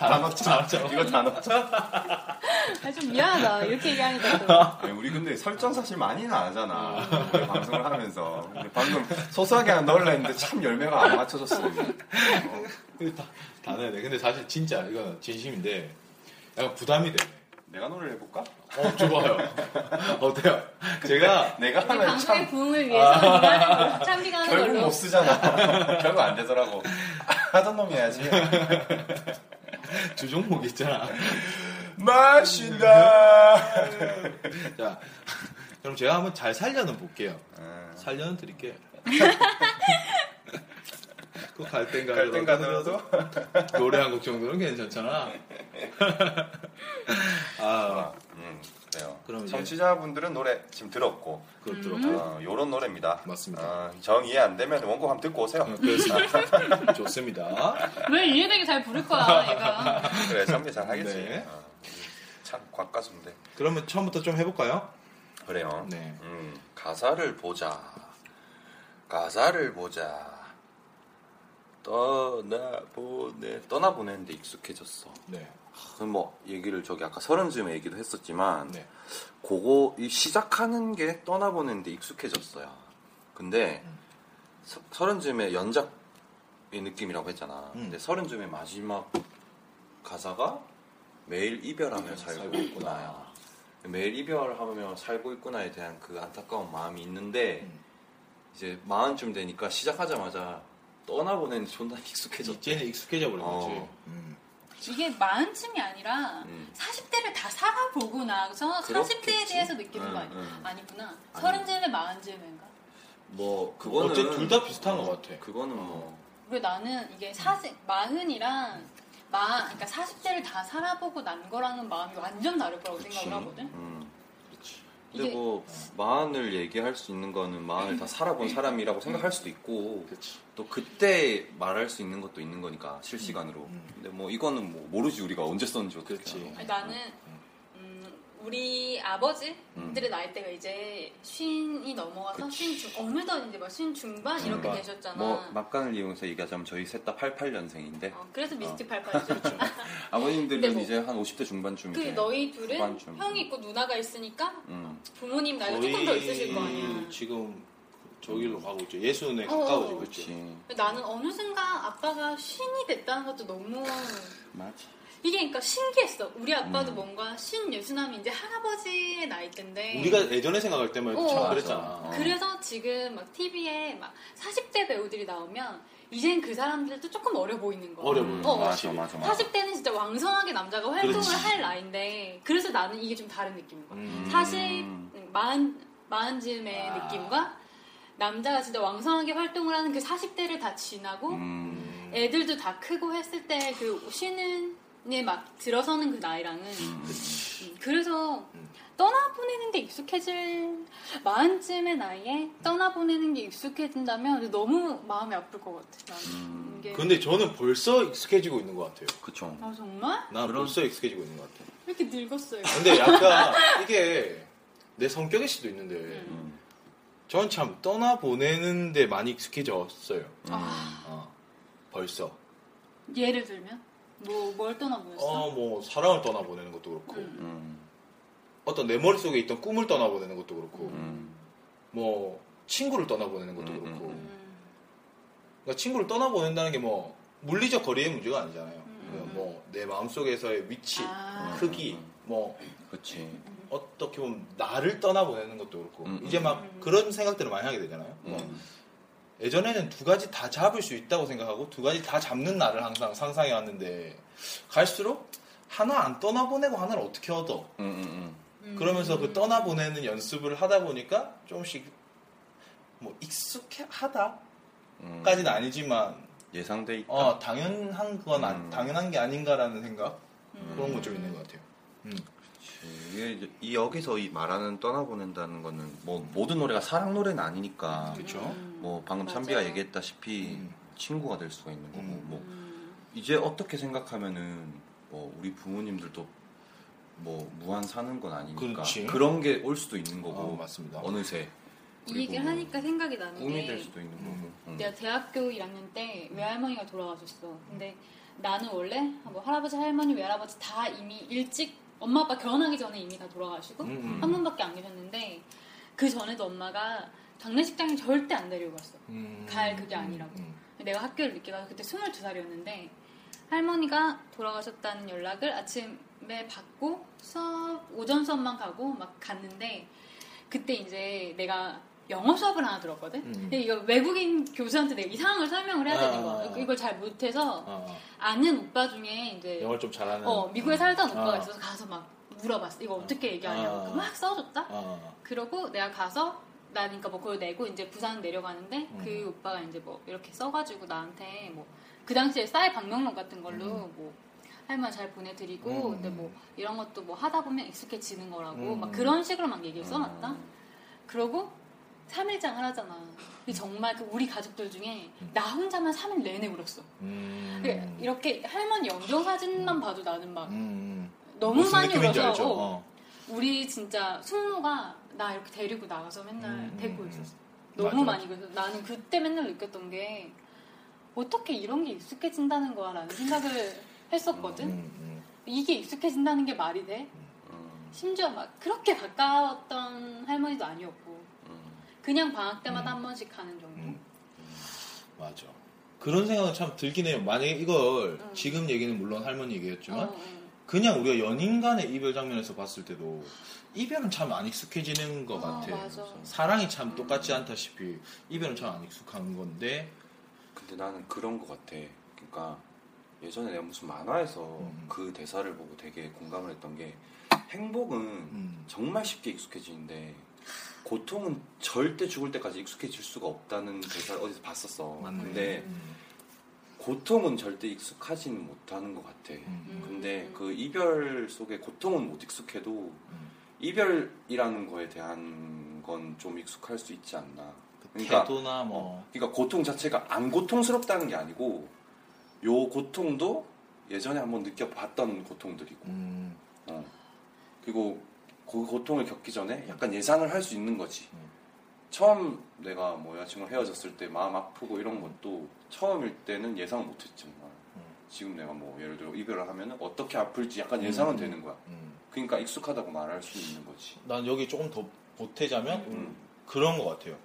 Speaker 4: 단어차.
Speaker 3: 이거 다 넣자.
Speaker 5: 아, 좀 미안하다. 이렇게 얘기하니까.
Speaker 3: 아니, 우리 근데 설정 사실 많이는 안 하잖아.
Speaker 5: 음.
Speaker 3: 우리 방송을 하면서. 근데 방금 소소하게 안 넣으려 했는데 참 열매가 안 맞춰졌어.
Speaker 4: 이거 다, 다 넣어야 돼. 근데 사실 진짜 이건 진심인데 약간 부담이 돼.
Speaker 3: 내가 노래를 해볼까?
Speaker 4: 어, 좋아요. 어때요? 제가
Speaker 3: 내가
Speaker 5: 또. 우리
Speaker 3: 하면
Speaker 5: 방송의
Speaker 3: 참 아.
Speaker 5: 부흥을 위해서 네가 하는 거, 참비가 하는
Speaker 3: 결국 뭐.
Speaker 5: 걸로.
Speaker 3: 못 쓰잖아. 결국 안 되더라고. 하던 놈이 해야지.
Speaker 4: 두 종목 있잖아.
Speaker 3: 마신다.
Speaker 4: 자, 그럼 제가 한번 잘 살려는 볼게요. 살려는 드릴게요. 그 갈땐가
Speaker 3: 갈땐 가더라도
Speaker 4: 노래 한 곡 정도는 괜찮잖아. 아,
Speaker 3: 음, 그래요.
Speaker 4: 그럼 이제-
Speaker 3: 청취자분들은 노래 지금 들었고
Speaker 4: 그렇더라고.
Speaker 3: 어, 요런 노래입니다.
Speaker 4: 맞습니다.
Speaker 3: 어, 정 이해 안 되면 원곡 한번 듣고 오세요.
Speaker 4: 어, 그렇습니다. 좋습니다.
Speaker 5: 왜 이해되게 잘 부를 거야, 얘가.
Speaker 3: 그래, 참비 잘 하겠지.
Speaker 4: 네.
Speaker 3: 어, 참 곽가수인데.
Speaker 4: 그러면 처음부터 좀 해볼까요?
Speaker 3: 그래요.
Speaker 4: 네.
Speaker 3: 음, 가사를 보자. 가사를 보자. 떠나보내. 떠나보내는데 익숙해졌어.
Speaker 4: 네.
Speaker 3: 그럼 뭐 얘기를 저기 아까 서른 즈음에 얘기도 했었지만
Speaker 4: 네.
Speaker 3: 그거 이 시작하는 게 떠나보는데 익숙해졌어요. 근데 서- 서른 즈음에 연작의 느낌이라고 했잖아.
Speaker 4: 음.
Speaker 3: 근데 서른 즈음에 마지막 가사가 매일 이별하며 살고 있구나. 매일 이별하며 살고 있구나에 대한 그 안타까운 마음이 있는데
Speaker 4: 음.
Speaker 3: 이제 마흔쯤 되니까 시작하자마자 떠나보내는 데 존나 익숙해졌지.
Speaker 4: 이제는 익숙해져 버린 거지.
Speaker 3: 어.
Speaker 4: 음.
Speaker 5: 이게 마흔쯤이 아니라
Speaker 3: 음.
Speaker 5: 40대를 다 살아보고 나서
Speaker 3: 그렇겠지. 음,
Speaker 5: 30대에 대해서 느끼는 거 아니야?
Speaker 3: 응, 응.
Speaker 5: 아니구나. 서른쯤에 마흔쯤인가?
Speaker 3: 뭐 그거는
Speaker 4: 어쨌든 둘다 비슷한 것 같아.
Speaker 3: 그거는 뭐
Speaker 5: 그리고 나는
Speaker 3: 음.
Speaker 5: 이게 사세, 마흔이랑 마, 그러니까 40대를 다 살아보고 난 거랑은 마음이 완전 다를 거라고 생각을 하거든.
Speaker 3: 음. 근데
Speaker 5: 이게
Speaker 3: 뭐 마흔을 얘기할 수 있는 거는 마흔을 다
Speaker 5: 음.
Speaker 3: 살아본 사람이라고 생각할 수도 있고
Speaker 4: 그렇지.
Speaker 3: 또 그때 말할 수 있는 것도 있는 거니까 실시간으로.
Speaker 4: 음.
Speaker 3: 근데 뭐 이거는 뭐 모르지 우리가 언제 썼는지 어떻게.
Speaker 4: 그렇지.
Speaker 3: 알아.
Speaker 5: 아니, 나는 음, 우리 아버지들의
Speaker 3: 음.
Speaker 5: 나이 대가 이제 쉰이 넘어가서 쉰 중, 어느덧 이제 막쉰 중반 이렇게
Speaker 3: 중반.
Speaker 5: 되셨잖아.
Speaker 3: 뭐 막간을 이용해서 얘기하자면 저희 셋 다 88년생인데
Speaker 5: 어, 그래서 미스틱 발판이죠. 근데
Speaker 3: 아버님들은
Speaker 5: 뭐-
Speaker 3: 이제 한 50대 중반쯤.
Speaker 5: 그 너희 둘은
Speaker 3: 후반쯤.
Speaker 5: 형이 있고 누나가 있으니까
Speaker 3: 음.
Speaker 5: 부모님 나이가 조금 더 있으실 거 아니야. 어,
Speaker 4: 지금 저 길로 가고 있죠. 예순에 가까워지고 있죠.
Speaker 3: 그렇지.
Speaker 5: 나는 어느 순간 아빠가 신이 됐다는 것도 너무
Speaker 3: 맞아.
Speaker 5: 이게 그러니까 신기했어. 우리
Speaker 3: 음.
Speaker 5: 아빠도 뭔가 신 예수남이 이제 할아버지의 나이 때인데
Speaker 4: 우리가 예전에 생각할 때만 해도 참
Speaker 5: 어.
Speaker 4: 그랬잖아.
Speaker 5: 그래서 지금 막 TV에 막 40대 배우들이 나오면 이젠 그 사람들도 조금 어려 보이는 거야.
Speaker 4: 어려 보여.
Speaker 5: 어,
Speaker 3: 맞아, 맞아, 맞아.
Speaker 5: 40대는 진짜 왕성하게 남자가 활동을
Speaker 4: 그렇지.
Speaker 5: 할 나이인데 그래서 나는 이게 좀 다른 느낌인 거야.
Speaker 4: 음.
Speaker 5: 40, 마흔, 마흔 즈음의
Speaker 4: 아.
Speaker 5: 느낌과 남자가 진짜 왕성하게 활동을 하는 그 40대를 다 지나고
Speaker 3: 음.
Speaker 5: 애들도 다 크고 했을 때 그 쉬는 에막 들어서는 그 나이랑은 음, 그래서 떠나보내는 게 익숙해질 마흔쯤의 나이에 떠나보내는 게 익숙해진다면 너무 마음이 아플 것 같아. 나는 이게
Speaker 4: 근데 저는 벌써 익숙해지고 있는 것 같아요.
Speaker 3: 그쵸.
Speaker 5: 아 정말
Speaker 4: 난 벌써 익숙해지고 있는 것 같아요.
Speaker 5: 왜 이렇게 늙었어요?
Speaker 4: 근데 약간 이게 내 성격일 수도 있는데
Speaker 3: 음.
Speaker 4: 저는 참 떠나보내는데 많이 익숙해졌어요.
Speaker 5: 아,
Speaker 4: 어, 벌써.
Speaker 5: 예를 들면 뭐 뭘 떠나보냈어?
Speaker 4: 어, 뭐 사랑을 떠나보내는 것도 그렇고
Speaker 5: 음.
Speaker 3: 음.
Speaker 4: 어떤 내 머릿속에 있던 꿈을 떠나보내는 것도 그렇고
Speaker 3: 음.
Speaker 4: 뭐 친구를 떠나보내는 것도
Speaker 3: 음,
Speaker 4: 그렇고
Speaker 3: 음,
Speaker 5: 음.
Speaker 4: 그러니까 친구를 떠나보낸다는 게 뭐 물리적 거리의 문제가 아니잖아요.
Speaker 5: 음.
Speaker 4: 뭐 내 마음속에서의 위치,
Speaker 5: 아.
Speaker 4: 크기, 뭐
Speaker 3: 그치.
Speaker 4: 어떻게 보면 나를 떠나보내는 것도 그렇고
Speaker 3: 음,
Speaker 4: 이제 막
Speaker 5: 음.
Speaker 4: 그런 생각들을 많이 하게 되잖아요. 뭐
Speaker 3: 음.
Speaker 4: 예전에는 두 가지 다 잡을 수 있다고 생각하고 두 가지 다 잡는 나를 항상 상상해 왔는데 갈수록 하나 안 떠나보내고 하나를 어떻게 얻어?
Speaker 3: 음, 음,
Speaker 5: 음.
Speaker 4: 그러면서 그 떠나보내는 연습을 하다 보니까 조금씩 뭐 익숙하다까지는
Speaker 3: 음. 음.
Speaker 4: 아니지만
Speaker 3: 예상돼 있다.
Speaker 4: 어, 당연한 건 아-
Speaker 3: 음.
Speaker 4: 당연한 게 아닌가라는 생각
Speaker 5: 음.
Speaker 4: 그런 거 좀 있는 것 같아요. 음.
Speaker 3: 이게 이제 이 여기서 이 말하는 떠나보낸다는 거는 뭐 모든 노래가 사랑 노래는 아니니까
Speaker 4: 그쵸?
Speaker 5: 음.
Speaker 3: 뭐 방금
Speaker 5: 맞아요.
Speaker 3: 참비가 얘기했다시피
Speaker 4: 음.
Speaker 3: 친구가 될 수가 있는 거고
Speaker 4: 음.
Speaker 3: 뭐
Speaker 5: 음.
Speaker 3: 이제 어떻게 생각하면은 뭐 우리 부모님들도 뭐 무한 사는 건 아니니까
Speaker 4: 그렇지.
Speaker 3: 그런 게 올 수도 있는
Speaker 4: 어,
Speaker 3: 거고
Speaker 4: 맞습니다.
Speaker 3: 어느새
Speaker 5: 이 얘기를
Speaker 3: 그리고
Speaker 5: 하니까 생각이 나는
Speaker 3: 꿈이
Speaker 5: 게
Speaker 3: 될 수도 있는
Speaker 4: 음.
Speaker 3: 거고 음. 응.
Speaker 5: 내가 대학교 1학년 때 외할머니가 돌아가셨어. 근데 나는 원래 뭐 할아버지, 할머니, 외할아버지 다 이미 일찍 엄마 아빠 결혼하기 전에 이미 다 돌아가시고
Speaker 4: 음, 음.
Speaker 5: 한 분밖에 안 계셨는데 그 전에도 엄마가 장례식장에 절대 안 데리고 갔어.
Speaker 4: 음.
Speaker 5: 갈 그게 아니라고.
Speaker 4: 음.
Speaker 5: 내가 학교를 늦게 가서 그때 22살이었는데 할머니가 돌아가셨다는 연락을 아침에 받고 수업 오전 수업만 가고 막 갔는데 그때 이제 내가 영어 수업을 하나 들었거든.
Speaker 4: 음.
Speaker 5: 근데 이거 외국인 교수한테 내가 이 상황을 설명을 해야 되는 거야.
Speaker 4: 아.
Speaker 5: 이걸 잘 못해서
Speaker 4: 어,
Speaker 5: 아는 오빠 중에 이제
Speaker 4: 영어를 좀 잘하는.
Speaker 5: 어 미국에 살던 오빠가
Speaker 4: 아.
Speaker 5: 있어서 가서 막 물어봤어. 이거 어떻게 얘기하냐고
Speaker 4: 아.
Speaker 5: 그거 막 써줬다.
Speaker 4: 어.
Speaker 5: 그러고 내가 가서 나니까 뭐 그걸 내고 이제 부산 내려가는데
Speaker 4: 음.
Speaker 5: 그 오빠가 이제 뭐 이렇게 써가지고 나한테 뭐 그 당시에 쌀 방명록 같은 걸로 뭐 할머니 잘 보내드리고
Speaker 4: 음.
Speaker 5: 근데 뭐 이런 것도 뭐 하다 보면 익숙해지는 거라고
Speaker 4: 음.
Speaker 5: 막 그런 식으로 막 얘기를 써놨다.
Speaker 3: 음.
Speaker 5: 그러고 3일장을 하잖아. 근데 정말 그 우리 가족들 중에 나 혼자만 3일 내내 울었어.
Speaker 4: 음.
Speaker 5: 그 이렇게 할머니 영정 사진만 봐도 나는 막
Speaker 4: 음.
Speaker 5: 너무
Speaker 4: 무슨
Speaker 5: 많이
Speaker 4: 느낌인지
Speaker 5: 울어서
Speaker 4: 알죠?
Speaker 5: 어,
Speaker 4: 어.
Speaker 5: 우리 진짜 숙모가 나 이렇게 데리고 나가서 맨날
Speaker 4: 음.
Speaker 5: 데리고 있었어. 너무 많이 그래서 나는 그때 맨날 느꼈던 게 어떻게 이런 게 익숙해진다는 거야라는 생각을 했었거든.
Speaker 4: 음,
Speaker 5: 이게 익숙해진다는 게 말이 돼?
Speaker 3: 음,
Speaker 5: 심지어 막 그렇게 가까웠던 할머니도 아니었고
Speaker 3: 음.
Speaker 5: 그냥 방학 때마다
Speaker 4: 음.
Speaker 5: 한 번씩 가는 정도.
Speaker 4: 음. 맞아. 그런 생각은 참 들긴 해요. 만약에 이걸
Speaker 5: 음.
Speaker 4: 지금 얘기는 물론 할머니
Speaker 5: 어,
Speaker 4: 얘기였지만
Speaker 5: 어.
Speaker 4: 그냥 우리가 연인 간의 이별 장면에서 봤을 때도 이별은 참 안 익숙해지는 것
Speaker 5: 어,
Speaker 4: 같아.
Speaker 5: 맞아.
Speaker 4: 사랑이 참 똑같지 않다시피 이별은 참 안 익숙한 건데
Speaker 3: 근데 나는 그런 거 같아 그러니까 예전에 내가 무슨 만화에서
Speaker 4: 음.
Speaker 3: 그 대사를 보고 되게 공감을 했던 게 행복은
Speaker 4: 음.
Speaker 3: 정말 쉽게 익숙해지는데 고통은 절대 죽을 때까지 익숙해질 수가 없다는 대사를 어디서 봤었어.
Speaker 4: 맞네.
Speaker 3: 근데
Speaker 4: 음.
Speaker 3: 고통은 절대 익숙하지는 못하는 것 같아.
Speaker 4: 음.
Speaker 3: 근데 그 이별 속에 고통은 못 익숙해도
Speaker 4: 음.
Speaker 3: 이별이라는 거에 대한 건 좀 익숙할 수 있지 않나.
Speaker 4: 그
Speaker 3: 그러니까-
Speaker 4: 태도나 뭐
Speaker 3: 그러니까 고통 자체가 안 고통스럽다는 게 아니고 요 고통도 예전에 한번 느껴봤던 고통들이고
Speaker 4: 음.
Speaker 3: 어. 그리고 그 고통을 겪기 전에 약간 예상을 할 수 있는 거지.
Speaker 4: 음.
Speaker 3: 처음 내가 뭐 여자친구랑 헤어졌을 때 마음 아프고 이런 것도 처음일 때는 예상 못했지 정말.
Speaker 4: 음.
Speaker 3: 지금 내가 뭐 예를 들어 이별을 하면 어떻게 아플지 약간 예상은
Speaker 4: 음.
Speaker 3: 되는 거야.
Speaker 4: 음.
Speaker 3: 그러니까 익숙하다고 말할 수 있는 거지.
Speaker 4: 난 여기 조금 더 보태자면
Speaker 3: 음.
Speaker 4: 그런 것 같아요.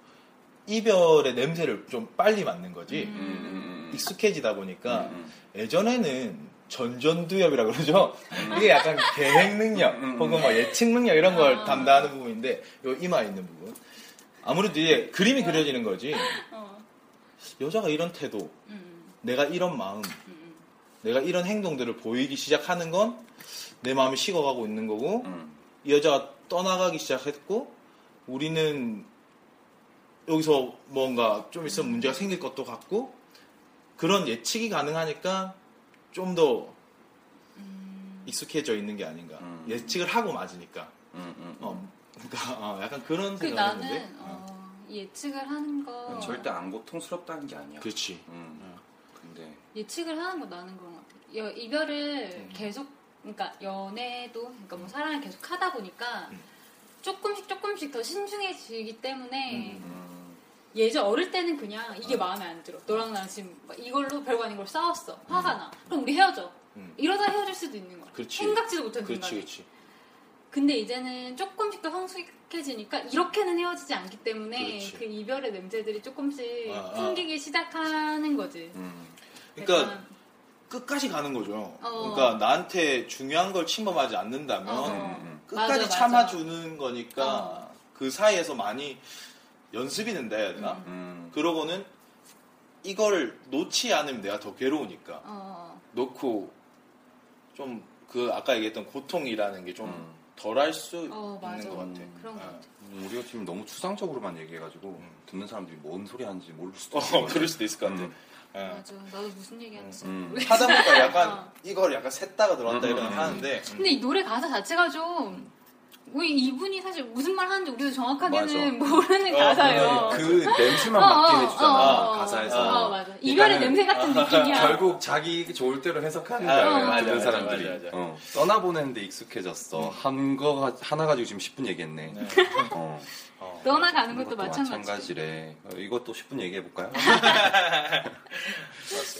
Speaker 4: 이별의 냄새를 좀 빨리 맡는 거지
Speaker 3: 음, 음, 음.
Speaker 4: 익숙해지다 보니까
Speaker 3: 음,
Speaker 4: 예전에는 전전두엽이라고 그러죠. 이게 약간 계획 능력 혹은 뭐 예측 능력 이런 걸 담당하는 부분인데 요 이마에 있는 부분 아무래도 이제 그림이 그려지는 거지 여자가 이런 태도
Speaker 5: 음,
Speaker 4: 내가 이런 마음
Speaker 5: 음, 음.
Speaker 4: 내가 이런 행동들을 보이기 시작하는 건 내 마음이 식어가고 있는 거고
Speaker 3: 음.
Speaker 4: 이 여자가 떠나가기 시작했고 우리는 여기서 뭔가 좀 있으면 문제가 생길 것도 같고 그런 예측이 가능하니까 좀 더 익숙해져 있는 게 아닌가
Speaker 3: 음.
Speaker 4: 예측을 하고 맞으니까
Speaker 3: 음, 음.
Speaker 4: 어, 그러니까 어, 약간 그런
Speaker 5: 그
Speaker 4: 생각이 드는데 음.
Speaker 5: 나는 어, 예측을 하는 거
Speaker 3: 절대 안 고통스럽다는 게 아니야.
Speaker 4: 어. 그렇지
Speaker 3: 음.
Speaker 4: 어.
Speaker 3: 근데
Speaker 5: 예측을 하는 건 나는 그런 것 같아. 여, 이별을
Speaker 4: 음.
Speaker 5: 계속, 그러니까 연애도, 그러니까 뭐 사랑을 계속 하다 보니까
Speaker 4: 음.
Speaker 5: 조금씩 조금씩 더 신중해지기 때문에
Speaker 3: 음,
Speaker 5: 예전 어릴 때는 그냥 이게 마음에 안 들어. 너랑 나랑 지금 막 이걸로 별거 아닌 걸 싸웠어. 화가 나. 그럼 우리 헤어져.
Speaker 4: 음.
Speaker 5: 이러다 헤어질 수도 있는 거야.
Speaker 4: 그렇지.
Speaker 5: 생각지도 못한
Speaker 4: 그렇지
Speaker 5: 순간에.
Speaker 4: 그렇지
Speaker 5: 근데 이제는 조금씩 더 성숙해지니까 이렇게는 헤어지지 않기 때문에
Speaker 4: 그렇지.
Speaker 5: 그 이별의 냄새들이 조금씩
Speaker 4: 아, 아.
Speaker 5: 풍기기 시작하는 거지.
Speaker 3: 음.
Speaker 4: 그러니까
Speaker 5: 약간
Speaker 4: 끝까지 가는 거죠
Speaker 5: 어.
Speaker 4: 그러니까 나한테 중요한 걸 침범하지 않는다면
Speaker 5: 어.
Speaker 3: 음,
Speaker 5: 맞아, 어.
Speaker 4: 끝까지
Speaker 5: 맞아.
Speaker 4: 참아주는 거니까 그 사이에서 많이 연습이 된다 해야 되나?
Speaker 5: 음.
Speaker 3: 음.
Speaker 4: 그러고는 이걸 놓지 않으면 내가 더 괴로우니까
Speaker 5: 어,
Speaker 4: 놓고 좀 그 아까 얘기했던 고통이라는 게 좀
Speaker 3: 음.
Speaker 4: 덜할 수
Speaker 5: 어, 맞아.
Speaker 4: 있는 것 같아.
Speaker 5: 그런 것 같아.
Speaker 3: 음, 우리가 지금 너무 추상적으로만 얘기해가지고
Speaker 4: 음.
Speaker 3: 듣는 사람들이 뭔 소리 하는지 모를 수도
Speaker 4: 어,
Speaker 3: 있어.
Speaker 4: 그럴 수도 있을 것 같아.
Speaker 3: 음.
Speaker 4: 예.
Speaker 5: 맞아. 나도 무슨 얘기하는지
Speaker 3: 음.
Speaker 5: 모르겠어.
Speaker 4: 하다 보니까 약간
Speaker 5: 어.
Speaker 4: 이걸 약간 샜다가 들어왔다
Speaker 3: 음,
Speaker 4: 이런
Speaker 3: 음,
Speaker 4: 하는데
Speaker 5: 근데 이 노래 가사 자체가 좀 우리 이분이 사실 무슨 말 하는지 우리도 정확하게는 모르는
Speaker 4: 어,
Speaker 5: 가사예요.
Speaker 3: 그 냄새만
Speaker 5: 어,
Speaker 3: 맡게
Speaker 5: 어,
Speaker 3: 해주잖아
Speaker 5: 어, 어,
Speaker 3: 가사에서.
Speaker 5: 어, 맞아. 이별의
Speaker 3: 그러니까는-
Speaker 5: 냄새 같은 느낌이야.
Speaker 3: 결국 자기 좋을 대로 해석하는
Speaker 4: 아,
Speaker 3: 거예요.
Speaker 4: 어. 맞아,
Speaker 3: 듣는
Speaker 4: 맞아,
Speaker 3: 사람들이
Speaker 4: 맞아, 맞아.
Speaker 3: 어, 떠나보내는데 익숙해졌어. 한 거 하나 가지고 지금 10분 얘기했네.
Speaker 4: 네.
Speaker 3: 어,
Speaker 4: 어.
Speaker 5: 떠나가는 것도 마찬가지.
Speaker 3: 마찬가지래. 어, 이것도 10분 얘기해 볼까요?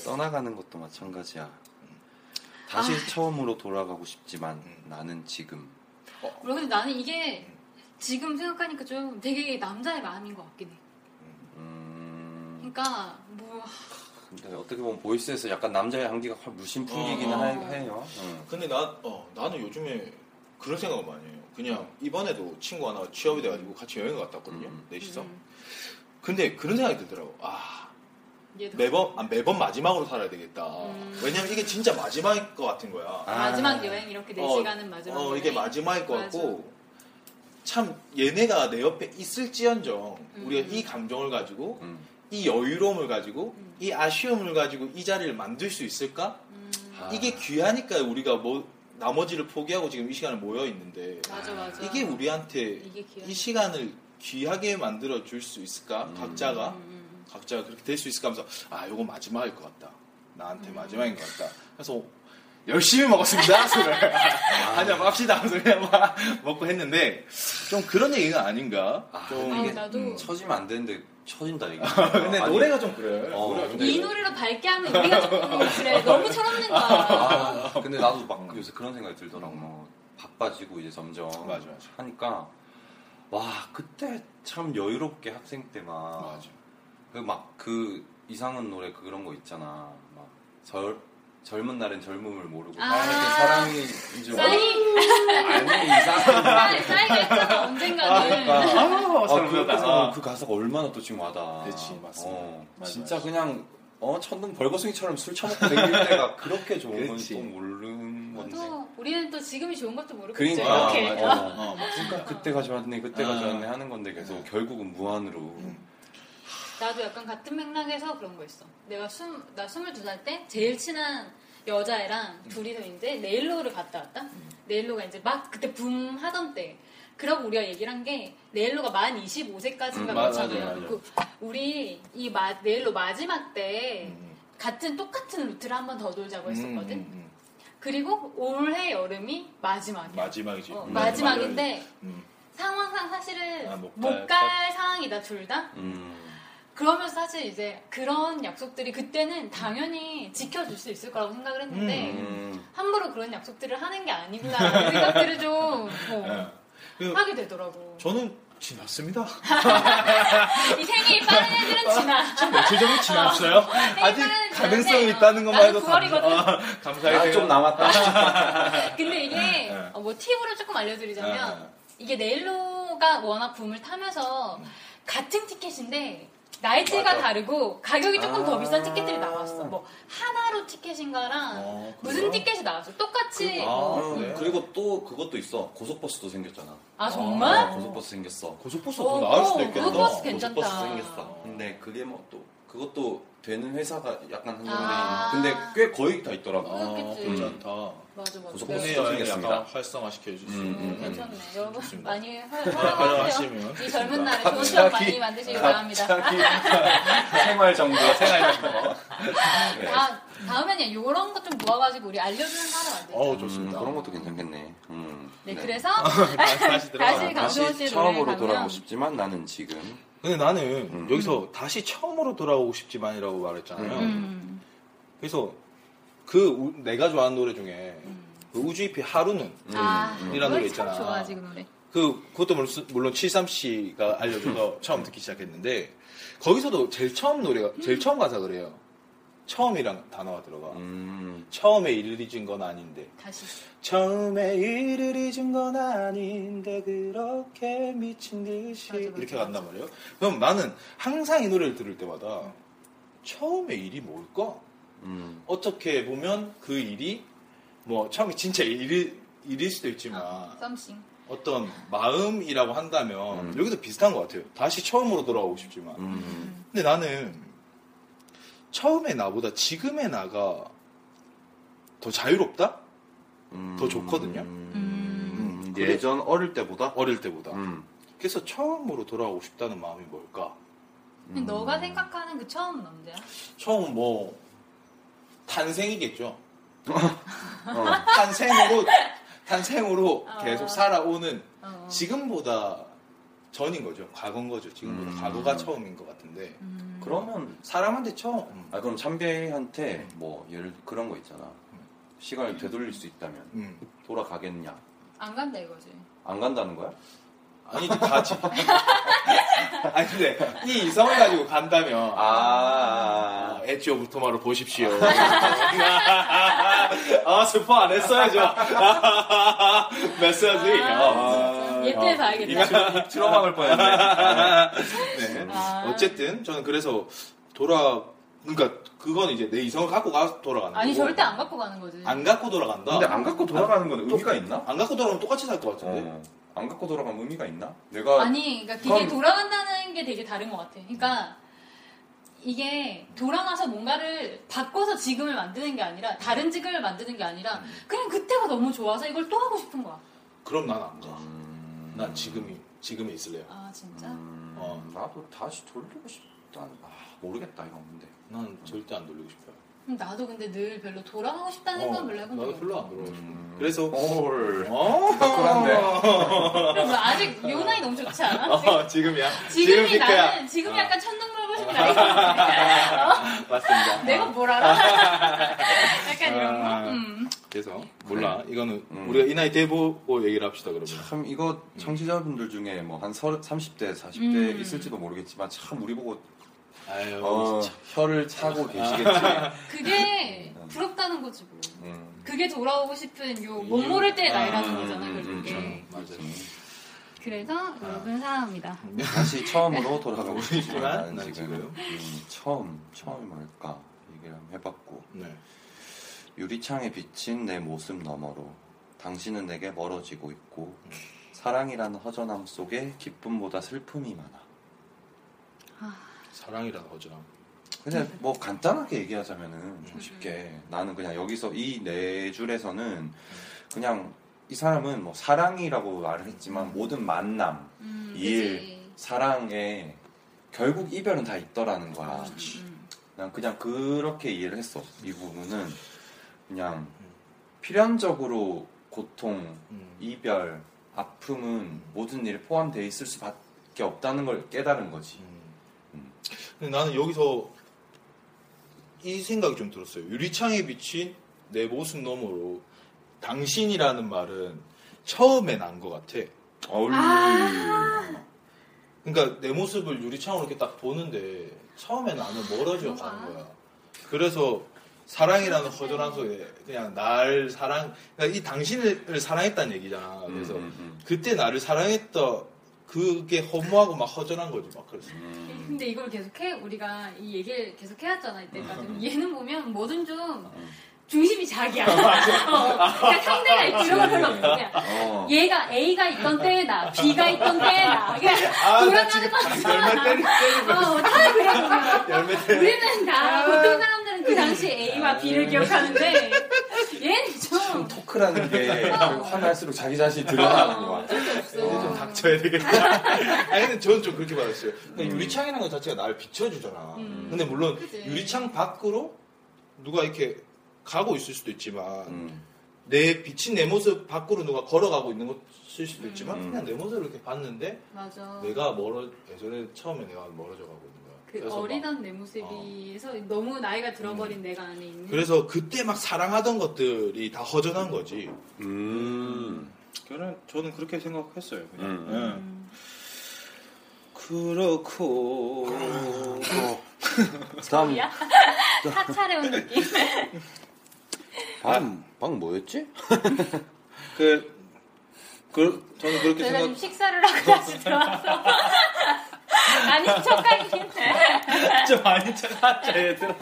Speaker 3: 떠나가는 것도 마찬가지야. 다시
Speaker 5: 아.
Speaker 3: 처음으로 돌아가고 싶지만
Speaker 4: 음.
Speaker 3: 나는 지금
Speaker 5: 물론 근데 나는 이게 지금 생각하니까 좀 되게 남자의 마음인 것 같긴 해.
Speaker 3: 음,
Speaker 5: 그러니까 뭐
Speaker 3: 근데 어떻게 보면 보이스에서 약간 남자의 향기가 확 물씬 풍기긴
Speaker 4: 어.
Speaker 3: 하- 해요. 음.
Speaker 4: 근데 나, 어, 나는 요즘에 그런 생각을 많이 해요. 그냥 이번에도 친구 하나 취업이 돼가지고 같이 여행을 갔다 왔거든요.
Speaker 3: 음.
Speaker 4: 넷이서.
Speaker 5: 음,
Speaker 4: 근데 그런 생각이 들더라고. 아,
Speaker 5: 얘도
Speaker 4: 매번, 아, 매번 마지막으로 살아야 되겠다.
Speaker 5: 음.
Speaker 4: 왜냐면 이게 진짜 마지막일 것 같은 거야.
Speaker 5: 마지막 여행 이렇게 4 시간은 마지막.
Speaker 4: 어,
Speaker 5: 여행.
Speaker 4: 이게 마지막일 것
Speaker 5: 맞아.
Speaker 4: 같고. 참, 얘네가 내 옆에 있을지언정,
Speaker 5: 음.
Speaker 4: 우리가 이 감정을 가지고,
Speaker 3: 음.
Speaker 4: 이 여유로움을 가지고,
Speaker 5: 음.
Speaker 4: 이 아쉬움을 가지고 이 자리를 만들 수 있을까?
Speaker 5: 음,
Speaker 3: 아.
Speaker 4: 이게 귀하니까 우리가 뭐, 나머지를 포기하고 지금 이 시간에 모여 있는데.
Speaker 5: 맞아 맞아.
Speaker 4: 이게 우리한테
Speaker 5: 이게 귀여워.
Speaker 4: 이 시간을 귀하게 만들어 줄 수 있을까?
Speaker 3: 음.
Speaker 4: 각자가
Speaker 5: 음, 음.
Speaker 4: 각자가 그렇게 될 수 있을까 하면서 아 요거 마지막일 것 같다. 나한테
Speaker 5: 음.
Speaker 4: 마지막인 것 같다. 그래서 열심히 먹었습니다 술을 한잔 맙시다 하면서 그냥 막 먹고 했는데 좀 그런 얘기가 아닌가?
Speaker 3: 아,
Speaker 4: 좀
Speaker 5: 아,
Speaker 3: 이게
Speaker 5: 나도.
Speaker 3: 음, 처지면 안 되는데 처진다 이게.
Speaker 5: 어,
Speaker 4: 근데
Speaker 3: 아니,
Speaker 4: 노래가 좀 그래.
Speaker 3: 어,
Speaker 4: 노래가 좀
Speaker 3: 근데-
Speaker 5: 이 노래로 밝게 하면 우리가 조금 그래 너무 철없는 거야.
Speaker 3: 아, 근데 나도 막 요새 그런 생각이 들더라고. 뭐, 바빠지고 이제 점점
Speaker 4: 맞아, 맞아.
Speaker 3: 하니까 와 그때 참 여유롭게 학생 때만
Speaker 4: 맞아.
Speaker 3: 막 그 이상은 노래 그런 거 있잖아. 막 절, 젊은 날엔 젊음을 모르고
Speaker 5: 아.
Speaker 3: 사랑이 사랑인 줄
Speaker 5: 싸이
Speaker 3: 알고 이상한.
Speaker 5: 싸이 싸이가 했잖아 언젠가는.
Speaker 4: 아,
Speaker 3: 아,
Speaker 4: 잘
Speaker 3: 그,
Speaker 4: 불렀다.
Speaker 3: 가사,
Speaker 4: 아.
Speaker 3: 그 가사가 얼마나 또 지금 와닿아.
Speaker 4: 그치, 맞습니다.
Speaker 3: 어,
Speaker 4: 맞아,
Speaker 3: 진짜
Speaker 4: 맞아.
Speaker 3: 그냥, 어, 천둥 벌거숭이처럼 술 처먹고 댕길 때가 그렇게 좋은 건
Speaker 4: 그치.
Speaker 3: 또 모르는 건데.
Speaker 5: 또 우리는 또 지금이 좋은 것도 모르겠죠.
Speaker 3: 그러니까.
Speaker 5: 이렇게.
Speaker 3: 아,
Speaker 4: 맞아.
Speaker 3: 어.
Speaker 4: 어, 맞아.
Speaker 3: 그러니까 그때가 좋았네, 그때가
Speaker 4: 아. 음.
Speaker 3: 좋았네 하는 건데 계속 결국은 무한으로.
Speaker 5: 나도 약간 같은 맥락에서 그런 거 있어. 내가 스나 22살 때 제일 친한 여자애랑 둘이서 이제 네일로를 갔다 왔다? 네일로가 이제 막 그때 붐 하던 때. 그러고 우리가 얘기를 한 게 네일로가 만 25세까지인가
Speaker 4: 음, 맞아, 맞아,
Speaker 5: 그렇잖아요.
Speaker 4: 맞아.
Speaker 5: 그 우리 이 마, 네일로 마지막 때 같은 똑같은 루트를 한 번 더 돌자고 뭐 했었거든.
Speaker 4: 음, 음, 음.
Speaker 5: 그리고 올해 여름이 마지막이야.
Speaker 4: 마지막이지.
Speaker 5: 어,
Speaker 4: 음,
Speaker 5: 마지막인데
Speaker 4: 음.
Speaker 5: 상황상 사실은
Speaker 4: 아, 못
Speaker 5: 못
Speaker 4: 갈까?
Speaker 5: 갈 상황이다 둘 다.
Speaker 3: 음.
Speaker 5: 그러면서 사실 이제 그런 약속들이 그때는 당연히 지켜줄 수 있을 거라고 생각을 했는데
Speaker 3: 음.
Speaker 5: 함부로 그런 약속들을 하는 게 아니구나 하는 생각들을 좀 어,
Speaker 4: 예. 그
Speaker 5: 하게 되더라고.
Speaker 4: 저는 지났습니다.
Speaker 5: 이 생일이 빠른 애들은 지나.
Speaker 4: 며칠 전에 그 지났어요. 아직
Speaker 5: 일단은
Speaker 4: 가능성이
Speaker 5: 지났네요.
Speaker 4: 있다는 것만 해도
Speaker 5: 나는 9월이거든.
Speaker 4: 감사- 감사하게
Speaker 3: 나 아, 좀
Speaker 4: 생각-
Speaker 3: 남았다.
Speaker 5: 근데 이게
Speaker 4: 네.
Speaker 5: 어, 뭐 팁으로 조금 알려드리자면
Speaker 4: 네.
Speaker 5: 이게 네일로가 워낙 붐을 타면서 같은 티켓인데 나이트가 다르고 가격이 조금 더 비싼 티켓들이 나왔어. 뭐 하나로 티켓인가랑
Speaker 4: 아. 어,
Speaker 5: 무슨 티켓이 나왔어. 똑같이 뭐.
Speaker 4: 아,
Speaker 3: 음,
Speaker 4: 그래요?
Speaker 3: 그리고 또 그것도 있어. 고속버스도 생겼잖아.
Speaker 5: 아 정말?
Speaker 3: 어, 고속버스 생겼어.
Speaker 4: 고속버스
Speaker 5: 어,
Speaker 4: 더 나을 수도
Speaker 5: 어,
Speaker 4: 있겠다.
Speaker 5: 고속버스 괜찮다.
Speaker 3: 고속버스 생겼어. 근데 그게 뭐 또 그것도 되는 회사가 약간 한 건데
Speaker 5: 아. 어,
Speaker 3: 근데 꽤 거의 다 있더라고.
Speaker 4: 아,
Speaker 5: 그렇겠지.
Speaker 4: 괜찮다.
Speaker 5: 맞아 맞아.
Speaker 3: 고속버스
Speaker 4: 국내
Speaker 5: 네.
Speaker 4: 여행
Speaker 3: 생겼습니다.
Speaker 4: 약간 활성화시켜 주세요.
Speaker 3: 음,
Speaker 5: 음,
Speaker 3: 음, 음.
Speaker 5: 괜찮네. 여러분
Speaker 4: 좋습니다.
Speaker 5: 많이
Speaker 4: 활용하시면
Speaker 5: 활용하세요. 이 젊은 날에 좋은
Speaker 3: 갑자기-
Speaker 5: 시간 많이 만드시길 바랍니다.
Speaker 3: 생활 정보, 생활 정보.
Speaker 4: 네.
Speaker 5: 아, 다음에는 이런 거 좀 모아가지고 우리 알려주는 거 하나 만들자.
Speaker 4: 어우
Speaker 3: 음,
Speaker 4: 좋습니다.
Speaker 3: 그런 것도 괜찮겠네. 음,
Speaker 5: 네, 그래서
Speaker 4: 다시, 다시 들어가.
Speaker 5: 다시 강수원 씨의 노래를
Speaker 3: 처음으로
Speaker 5: 가면
Speaker 3: 돌아가고 싶지만 나는 지금
Speaker 4: 근데 나는
Speaker 3: 음.
Speaker 4: 여기서 다시 처음으로 돌아오고 싶지만이라고 말했잖아요.
Speaker 5: 음.
Speaker 4: 그래서 그 우- 내가 좋아하는 노래 중에
Speaker 5: 음.
Speaker 4: 그 우주잎이 하루는
Speaker 5: 아,
Speaker 4: 음.
Speaker 5: 이런
Speaker 4: 이라는
Speaker 5: 노래
Speaker 4: 게
Speaker 5: 참
Speaker 4: 있잖아.
Speaker 5: 좋아 지금 노래.
Speaker 4: 그 그것도 물론, 물론 73 씨가 알려줘서 처음 듣기 시작했는데 거기서도 제일 처음 노래가 제일 처음 가사 그래요. 처음이란 단어가 들어가.
Speaker 3: 음,
Speaker 4: 처음에 일을 잊은 건 아닌데
Speaker 5: 다시.
Speaker 4: 처음에 일을 잊은 건 아닌데 그렇게 미친 듯이
Speaker 5: 맞아, 맞아,
Speaker 4: 이렇게
Speaker 5: 맞아.
Speaker 4: 간단 말이에요. 그럼 나는 항상 이 노래를 들을 때마다 처음에 일이 뭘까?
Speaker 3: 음.
Speaker 4: 어떻게 보면 그 일이 뭐 처음에 진짜 일이 일일 수도 있지만
Speaker 5: 아, 썸씽.
Speaker 4: 음, 어떤 마음이라고 한다면
Speaker 3: 음.
Speaker 4: 여기도 비슷한 것 같아요. 다시 처음으로 돌아오고 싶지만
Speaker 3: 음.
Speaker 4: 근데 나는 처음의 나보다 지금의 나가 더 자유롭다?
Speaker 3: 음.
Speaker 4: 더 좋거든요.
Speaker 3: 음,
Speaker 4: 음, 그래-
Speaker 3: 예전 어릴 때보다
Speaker 4: 어릴 때보다.
Speaker 3: 음.
Speaker 4: 그래서 처음으로 돌아오고 싶다는 마음이 뭘까?
Speaker 5: 근데 너가 생각하는 그 처음 남자야?
Speaker 4: 처음 뭐 탄생이겠죠.
Speaker 3: 어.
Speaker 4: 탄생으로 탄생으로
Speaker 5: 어.
Speaker 4: 계속 살아오는
Speaker 5: 어.
Speaker 4: 지금보다 전인 거죠. 과거인 거죠. 지금보다
Speaker 3: 음.
Speaker 4: 과거가 처음인 것 같은데
Speaker 5: 음.
Speaker 3: 그러면
Speaker 4: 사람한테 처음.
Speaker 3: 아 그럼 참배한테 뭐 예를 그런 거 있잖아. 시간을 되돌릴 수 있다면
Speaker 4: 음.
Speaker 3: 돌아가겠냐?
Speaker 5: 안 간다 이거지.
Speaker 3: 안 간다는 거야?
Speaker 4: 아니 이제 가지. 아니 근데 이 이성을 가지고 간다면
Speaker 3: 아, 아, 아.
Speaker 4: 에티오 부토마를 보십시오. 아 스포 안 했어야죠. 메시지. 아,
Speaker 5: 예쁘게 봐야겠다.
Speaker 3: 입 틀어막을 아. 뻔했네.
Speaker 4: 네.
Speaker 5: 아.
Speaker 4: 어쨌든 저는 그래서 돌아 그러니까 그건 이제 내 이성을 갖고 가 돌아가는
Speaker 5: 아니
Speaker 4: 거고
Speaker 5: 절대 안 갖고 가는 거지.
Speaker 4: 뭐 안 갖고 돌아간다.
Speaker 3: 근데 안 갖고 돌아가는 어. 건 의미가 있나?
Speaker 4: 안 갖고 돌아가면 똑같이 살 것 같은데.
Speaker 3: 어. 안 갖고 돌아가면 의미가 있나? 내가
Speaker 5: 아니, 그러니까
Speaker 3: 그럼-
Speaker 5: 이게 돌아간다는 게 되게 다른 것 같아. 그러니까 이게 돌아가서 뭔가를 바꿔서 지금을 만드는 게 아니라 다른 지금을 만드는 게 아니라
Speaker 4: 음.
Speaker 5: 그냥 그때가 너무 좋아서 이걸 또 하고 싶은 거야.
Speaker 4: 그럼 난 안 가.
Speaker 3: 음.
Speaker 4: 난 지금이 지금에 있을래요.
Speaker 5: 아 진짜?
Speaker 4: 어.
Speaker 3: 나도 다시 돌리고 싶다. 아, 모르겠다 이거 없는데.
Speaker 4: 난 절대 안 돌리고 싶어요.
Speaker 5: 그럼 나도 근데 늘 별로 돌아가고 싶다는 생각은 별로 해본 적이
Speaker 4: 나도
Speaker 5: 없어.
Speaker 4: 별로 안 돌아가고 싶어. 그래서
Speaker 3: 헐.
Speaker 4: 어,
Speaker 3: 아.
Speaker 4: 그런데.
Speaker 5: 그럼 나 아직 요 나이 너무 좋지 않아?
Speaker 4: 어, 지금이야. 어.
Speaker 5: 지금이
Speaker 4: 지금
Speaker 5: 나는
Speaker 4: 그때야.
Speaker 5: 지금 약간 천둥물 보신 나이
Speaker 4: 맞습니다. 어,
Speaker 5: 내가 뭘 알아? 약간 이런 거.
Speaker 4: 아.
Speaker 5: 음.
Speaker 4: 그래서 몰라. 이거는
Speaker 3: 음.
Speaker 4: 우리가 이 나이 돼 보고 얘기를 합시다 그러면.
Speaker 3: 참 이거 청취자분들 중에 뭐 한 30대, 40대 있을지도 모르겠지만 참 우리 보고
Speaker 4: 아유,
Speaker 3: 음. 어, 아.
Speaker 4: 진짜.
Speaker 3: 혀를 차고 계시겠지.
Speaker 5: 그게 부럽다는 거지 뭐.
Speaker 3: 음.
Speaker 5: 그게 돌아오고 싶은
Speaker 4: 음.
Speaker 5: 요 못 모를 때의 나이라는 거잖아
Speaker 3: 음, 음,
Speaker 5: 결국에.
Speaker 3: 음.
Speaker 4: 맞아.
Speaker 5: 그래서 여러분 사랑합니다.
Speaker 3: 다시 처음으로 돌아가고 싶지만
Speaker 4: 하지만
Speaker 3: 난
Speaker 4: 난
Speaker 3: 지금
Speaker 4: 지금.
Speaker 3: 음, 처음, 처음이 뭘까 얘기를 한번 해봤고
Speaker 4: 네.
Speaker 3: 유리창에 비친 내 모습 너머로 당신은 내게 멀어지고 있고 사랑이란 허전함 속에 기쁨보다 슬픔이 많아.
Speaker 4: 사랑이라는 거죠.
Speaker 3: 그냥 뭐 간단하게 얘기하자면은 좀 쉽게 나는 그냥 여기서 이 네 줄에서는 그냥 이 사람은 뭐 사랑이라고 말을 했지만 모든 만남,
Speaker 5: 음,
Speaker 3: 일,
Speaker 5: 그치.
Speaker 3: 사랑에 결국 이별은 다 있더라는 거야.
Speaker 4: 아,
Speaker 5: 음.
Speaker 3: 난 그냥 그렇게 이해를 했어. 이 부분은 그냥 필연적으로 고통,
Speaker 4: 음.
Speaker 3: 이별, 아픔은 모든 일에 포함되어 있을 수밖에 없다는 걸 깨달은 거지.
Speaker 4: 음. 근데 나는 여기서 이 생각이 좀 들었어요. 유리창에 비친 내 모습 너머로 당신이라는 말은 처음에 난 것 같아.
Speaker 3: 어울.
Speaker 4: 그러니까 내 모습을 유리창으로 이렇게 딱 보는데 처음에 나는 멀어져 가는 거야. 그래서 사랑이라는
Speaker 5: 네.
Speaker 4: 허전한 속에 그냥 날 사랑, 그러니까 이 당신을 사랑했다는 얘기잖아. 그래서
Speaker 3: 음, 음.
Speaker 4: 그때 나를 사랑했다. 그게 허무하고 막 허전한 거지 막 그랬어.
Speaker 5: 음. 근데 이걸 계속해 우리가 이 얘기를 계속 해왔잖아
Speaker 4: 음.
Speaker 5: 이때까지 얘는 보면 뭐든 좀 중심이 자기야. 어, 그러니까 상대가 있고 이런 거 별로 없어. 그냥
Speaker 3: 어.
Speaker 5: 얘가 A가 있던 때에 나, B가 있던 때에 나. 그냥
Speaker 4: 아, 나
Speaker 5: 돌아가는
Speaker 4: 지금
Speaker 5: 거
Speaker 4: 열매 때리, 때리고 있어.
Speaker 5: 어, 다 그래.
Speaker 4: 열매 때리. 음.
Speaker 5: 우리는 다 보통 사람들은 그 당시 A와 B를 기억하는데 얘는 좀
Speaker 3: 토크라는 게 화날수록 자기 자신이 드러나는
Speaker 5: 어,
Speaker 3: 것 같아.
Speaker 4: 이제 좀 닥쳐야 되겠다.
Speaker 5: 음.
Speaker 4: 아니, 근데 저는 좀 그렇게 받았어요.
Speaker 3: 음.
Speaker 4: 그러니까 유리창이라는 것 자체가 나를 비춰주잖아.
Speaker 5: 음.
Speaker 4: 근데 물론
Speaker 5: 그치.
Speaker 4: 유리창 밖으로 누가 이렇게 가고 있을 수도 있지만,
Speaker 3: 음.
Speaker 4: 내 비친 내 모습 밖으로 누가 걸어가고 있는 것일 수도 있지만,
Speaker 3: 음.
Speaker 4: 그냥 내 모습을 이렇게 봤는데,
Speaker 5: 맞아.
Speaker 4: 내가 멀어, 예전에 처음에 내가 멀어져 가고 있는 거야.
Speaker 5: 그
Speaker 4: 그래서 막- 어. 음.
Speaker 5: 어리던 내 모습이서 너무 나이가 들어버린 내가 안에 있는.
Speaker 4: 그래서 그때 막 사랑하던 것들이 다 허전한 거지.
Speaker 3: 음.
Speaker 4: 저는, 저는 그렇게 생각했어요. 그냥.
Speaker 3: 음.
Speaker 5: 음.
Speaker 4: 그렇고. 음.
Speaker 3: 다음
Speaker 5: 야 사찰에 온 느낌.
Speaker 3: 방, 방 뭐였지?
Speaker 4: 그, 그 저는 그렇게
Speaker 5: 저희가 지금
Speaker 4: 생각.
Speaker 5: 식사를 하고 다시 들어와서 아닌 척하긴 했네.
Speaker 2: 좀 아닌 척 하자 얘들아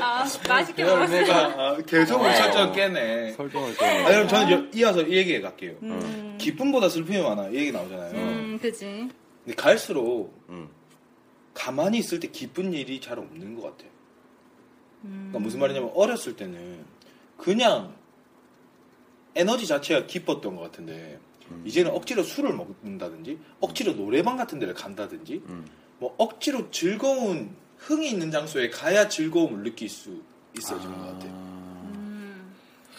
Speaker 5: 아, 맛있게 먹었어요.
Speaker 4: 아, 계속
Speaker 3: 어.
Speaker 4: 우차차 깨네.
Speaker 3: 설정을
Speaker 4: 아,
Speaker 3: 좀.
Speaker 4: 그럼 저는 여- 이어서 이 얘기에 갈게요.
Speaker 3: 음.
Speaker 4: 기쁨보다 슬픔이 많아. 이 얘기 나오잖아요.
Speaker 5: 음, 그지.
Speaker 4: 근데 갈수록
Speaker 3: 음.
Speaker 4: 가만히 있을 때 기쁜 일이 잘 없는 것 같아요. 그러니까 무슨 말이냐면 어렸을 때는 그냥 에너지 자체가 기뻤던 것 같은데
Speaker 3: 음.
Speaker 4: 이제는 억지로 술을 먹는다든지 억지로 노래방 같은 데를 간다든지
Speaker 3: 음.
Speaker 4: 뭐 억지로 즐거운 흥이 있는 장소에 가야 즐거움을 느낄 수 있어지는 것 같아요.
Speaker 5: 음,